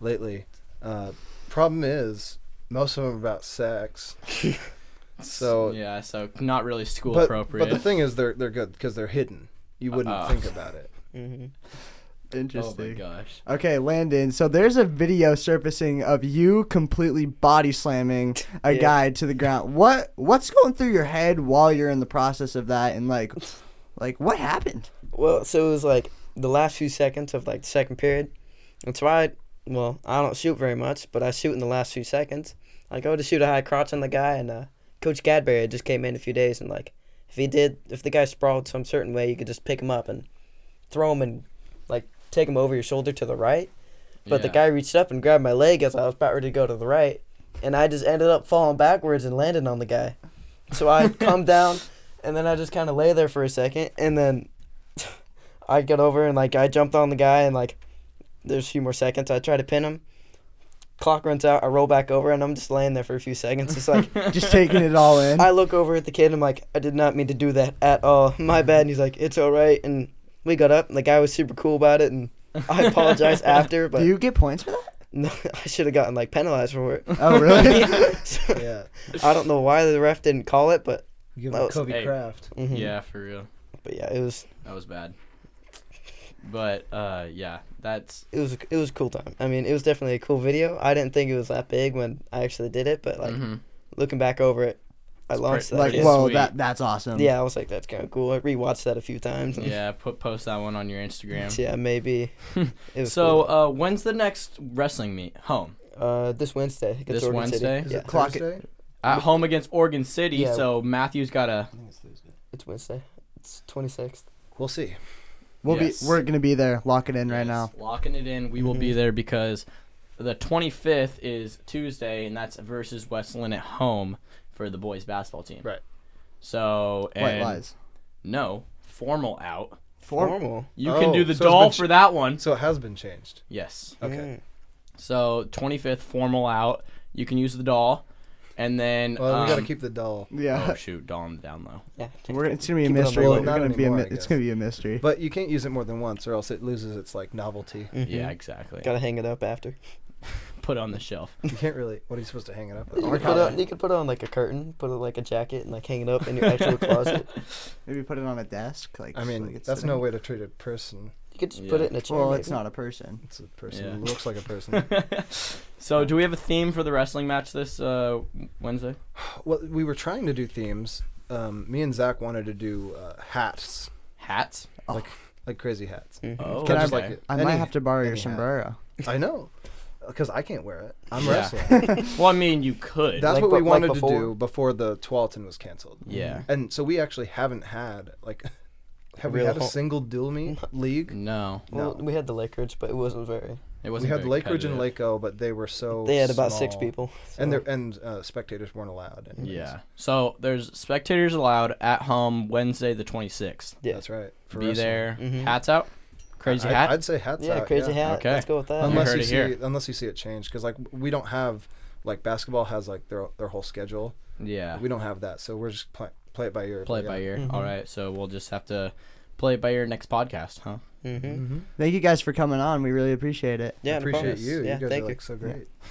Speaker 3: lately. Uh, problem is, most of them are about sex. so,
Speaker 2: Yeah. So not really school
Speaker 3: but,
Speaker 2: appropriate. Oh
Speaker 3: but the thing is, they're they're good because they're hidden. You wouldn't
Speaker 2: Uh-uh.
Speaker 3: think about it.
Speaker 4: Mm-hmm.
Speaker 2: oh my
Speaker 1: Interesting.
Speaker 2: gosh.
Speaker 1: okay, Landon. So there's a video surfacing of you completely body slamming a
Speaker 4: Yeah.
Speaker 1: guy to the ground. What what's going through your head while you're in the process of that? And like, like what happened?
Speaker 4: Well, so it was like the last few seconds of like the second period. That's why, I, well, I don't shoot very much, but I shoot in the last few seconds. I go to shoot a high crotch on the guy, and uh, Coach Gadberry had just came in a few days, and like, if he did, if the guy sprawled some certain way, you could just pick him up and throw him and like take him over your shoulder to the right. But the
Speaker 2: Yeah.
Speaker 4: guy reached up and grabbed my leg as I was about ready to go to the right, and I just ended up falling backwards and landing on the guy. So I come down, and then I just kind of lay there for a second, and then I get over and like I jumped on the guy, and like there's a few more seconds. I try to pin him. Clock runs out. I roll back over, and I'm just laying there for a few seconds. It's like
Speaker 1: Just taking it all in.
Speaker 4: I look over at the kid. and I'm like, I did not mean to do that at all. My bad. And he's like, it's all right. And we got up, and the guy was super cool about it, and I apologize after. But
Speaker 1: Do you get points for that?
Speaker 4: no, I should have gotten like penalized for it.
Speaker 1: Oh really?
Speaker 4: So,
Speaker 3: Yeah,
Speaker 4: I don't know why the ref didn't call it, but
Speaker 3: you give
Speaker 4: That
Speaker 3: him
Speaker 4: was-
Speaker 3: Kobe
Speaker 2: Hey.
Speaker 3: Kraft.
Speaker 4: mhm.
Speaker 2: Yeah, for real.
Speaker 4: But yeah, it was
Speaker 2: That was bad. But uh, yeah, that's
Speaker 4: it was it was a cool time. I mean, it was definitely a cool video. I didn't think it was that big when I actually did it, but like
Speaker 2: mhm.
Speaker 4: looking back over it, I launched that.
Speaker 1: like
Speaker 2: is
Speaker 4: video.
Speaker 1: whoa,
Speaker 2: sweet.
Speaker 1: that that's awesome.
Speaker 4: Yeah, I was like, that's kind of cool. I rewatched that a few times. and-
Speaker 2: yeah. Put post that one on your Instagram.
Speaker 4: Yeah, maybe. It was
Speaker 2: So uh, when's the next wrestling meet? Home
Speaker 4: cool. uh, this Wednesday. against
Speaker 2: This
Speaker 4: Oregon City.
Speaker 2: Wednesday?
Speaker 3: Is
Speaker 4: Yeah,
Speaker 3: it
Speaker 1: Clock it.
Speaker 3: Thursday?
Speaker 2: at home against Oregon City.
Speaker 4: Yeah.
Speaker 2: So Matthew's got to
Speaker 3: I think it's Thursday.
Speaker 4: it's Wednesday. It's twenty sixth.
Speaker 3: We'll see.
Speaker 1: We'll
Speaker 2: Yes.
Speaker 1: be we're gonna be there. Lock it in right
Speaker 2: Yes,
Speaker 1: now.
Speaker 2: Locking it in. We will
Speaker 4: Mm-hmm.
Speaker 2: be there because the 25th is Tuesday, and that's versus Westland at home for the boys basketball team.
Speaker 3: Right.
Speaker 2: So
Speaker 1: White
Speaker 2: and
Speaker 1: lies.
Speaker 2: no formal out
Speaker 4: Formal.
Speaker 2: You can do
Speaker 3: Oh,
Speaker 2: the
Speaker 3: so it's
Speaker 2: doll
Speaker 3: been ch-
Speaker 2: for that one.
Speaker 3: So it has been changed.
Speaker 2: Yes.
Speaker 3: Okay.
Speaker 2: So 25th formal out. You can use the doll, and then
Speaker 3: Well, we got to
Speaker 2: um,
Speaker 3: keep the doll.
Speaker 2: Oh
Speaker 1: Yeah,
Speaker 2: shoot, doll on the down low.
Speaker 4: Mm, yeah.
Speaker 1: we're, it's gonna be a
Speaker 4: Keep it on
Speaker 1: mystery.
Speaker 4: the low.
Speaker 1: but we're
Speaker 3: Not
Speaker 1: gonna be a,
Speaker 3: anymore,
Speaker 1: mi-
Speaker 3: I
Speaker 1: it's
Speaker 3: guess.
Speaker 1: gonna be a mystery.
Speaker 3: But you can't use it more than once, or else it loses its like novelty.
Speaker 4: Mhm.
Speaker 2: Yeah, exactly.
Speaker 4: Gotta hang it up after.
Speaker 2: Put it on the shelf.
Speaker 3: You can't really. What are you supposed to hang it up?
Speaker 4: You
Speaker 3: Or
Speaker 4: could, put
Speaker 3: how-
Speaker 4: on, you could put on like a curtain, put it like a jacket, and like hang it up in your actual closet.
Speaker 1: Maybe put it on a desk. Like
Speaker 3: I
Speaker 1: so
Speaker 3: mean,
Speaker 1: like it's
Speaker 3: that's
Speaker 1: sitting-
Speaker 3: no way to treat a person.
Speaker 4: You could just put
Speaker 2: Yeah.
Speaker 4: it in a chair.
Speaker 1: Well, it's
Speaker 4: maybe.
Speaker 1: not a person.
Speaker 3: It's a person.
Speaker 2: Yeah.
Speaker 3: It looks like a person.
Speaker 2: so, do we have a theme for the wrestling match this uh, Wednesday?
Speaker 3: well, we were trying to do themes. Um, me and Zach wanted to do uh, hats,
Speaker 2: Hats.
Speaker 3: like like crazy hats.
Speaker 4: Mm-hmm.
Speaker 2: Oh,
Speaker 1: Can I-
Speaker 2: okay.
Speaker 3: like it.
Speaker 1: I might
Speaker 3: Any-
Speaker 1: have to borrow your
Speaker 3: any hat.
Speaker 1: sombrero.
Speaker 3: I know, because I can't wear it. I'm
Speaker 2: Yeah.
Speaker 3: wrestling.
Speaker 2: well, I mean, you could.
Speaker 3: That's
Speaker 4: Like
Speaker 3: what we
Speaker 4: bef- like
Speaker 3: wanted to
Speaker 4: before?
Speaker 3: do before the Twalton was canceled.
Speaker 2: yeah.
Speaker 3: And so we actually haven't had like, have we
Speaker 4: Real
Speaker 3: had a
Speaker 4: ho-
Speaker 3: single Dilmy league?
Speaker 2: No,
Speaker 4: Well,
Speaker 3: No.
Speaker 4: we had the Lake Ridge, but it wasn't very.
Speaker 2: it wasn't.
Speaker 3: We had
Speaker 2: very
Speaker 3: Lakeridge and
Speaker 2: competitive.
Speaker 3: Lako, but they were so
Speaker 4: They had about six
Speaker 3: Oh, small.
Speaker 4: people.
Speaker 3: and
Speaker 4: so-
Speaker 3: there and uh, spectators weren't allowed. anyways.
Speaker 2: Yeah. So there's spectators allowed at home Wednesday the 26th.
Speaker 4: Yeah.
Speaker 3: that's right. For
Speaker 2: Be
Speaker 3: wrestling. Mm-hmm.
Speaker 2: there.
Speaker 4: Mhm.
Speaker 2: Hats out. Crazy
Speaker 3: I'd,
Speaker 2: hat.
Speaker 3: I'd say hats.
Speaker 4: yeah,
Speaker 3: out,
Speaker 4: crazy hat.
Speaker 2: Okay.
Speaker 4: Let's go with that.
Speaker 2: You
Speaker 3: Unless
Speaker 2: heard
Speaker 3: you,
Speaker 2: it
Speaker 3: see,
Speaker 2: here.
Speaker 3: unless you see it change, because like we don't have like basketball has like their their whole schedule.
Speaker 2: yeah.
Speaker 3: We don't have that, so we're just play, play it by ear.
Speaker 2: Play it by ear. All right. So we'll just have to play it by ear next podcast, huh?
Speaker 4: mm-hmm.
Speaker 3: Mm-hmm.
Speaker 1: Thank you guys for coming on. We really appreciate it.
Speaker 4: Yeah, no
Speaker 3: Appreciate
Speaker 4: problem.
Speaker 3: you.
Speaker 4: Yeah,
Speaker 3: you guys
Speaker 4: thank
Speaker 3: are like so great.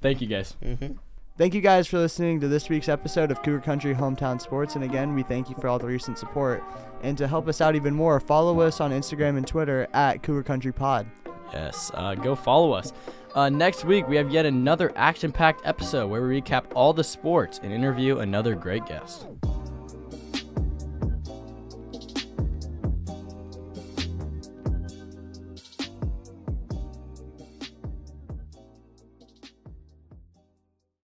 Speaker 2: Thank you guys.
Speaker 4: you. hmm
Speaker 1: Thank you guys for listening to this week's episode of Cougar Country Hometown Sports, and again, we thank you for all the recent support. And to help us out even more, follow us on Instagram and Twitter at Cougar Country Pod.
Speaker 2: Yes, uh, go follow us. Uh, next week, we have yet another action packed episode where we recap all the sports and interview another great guest.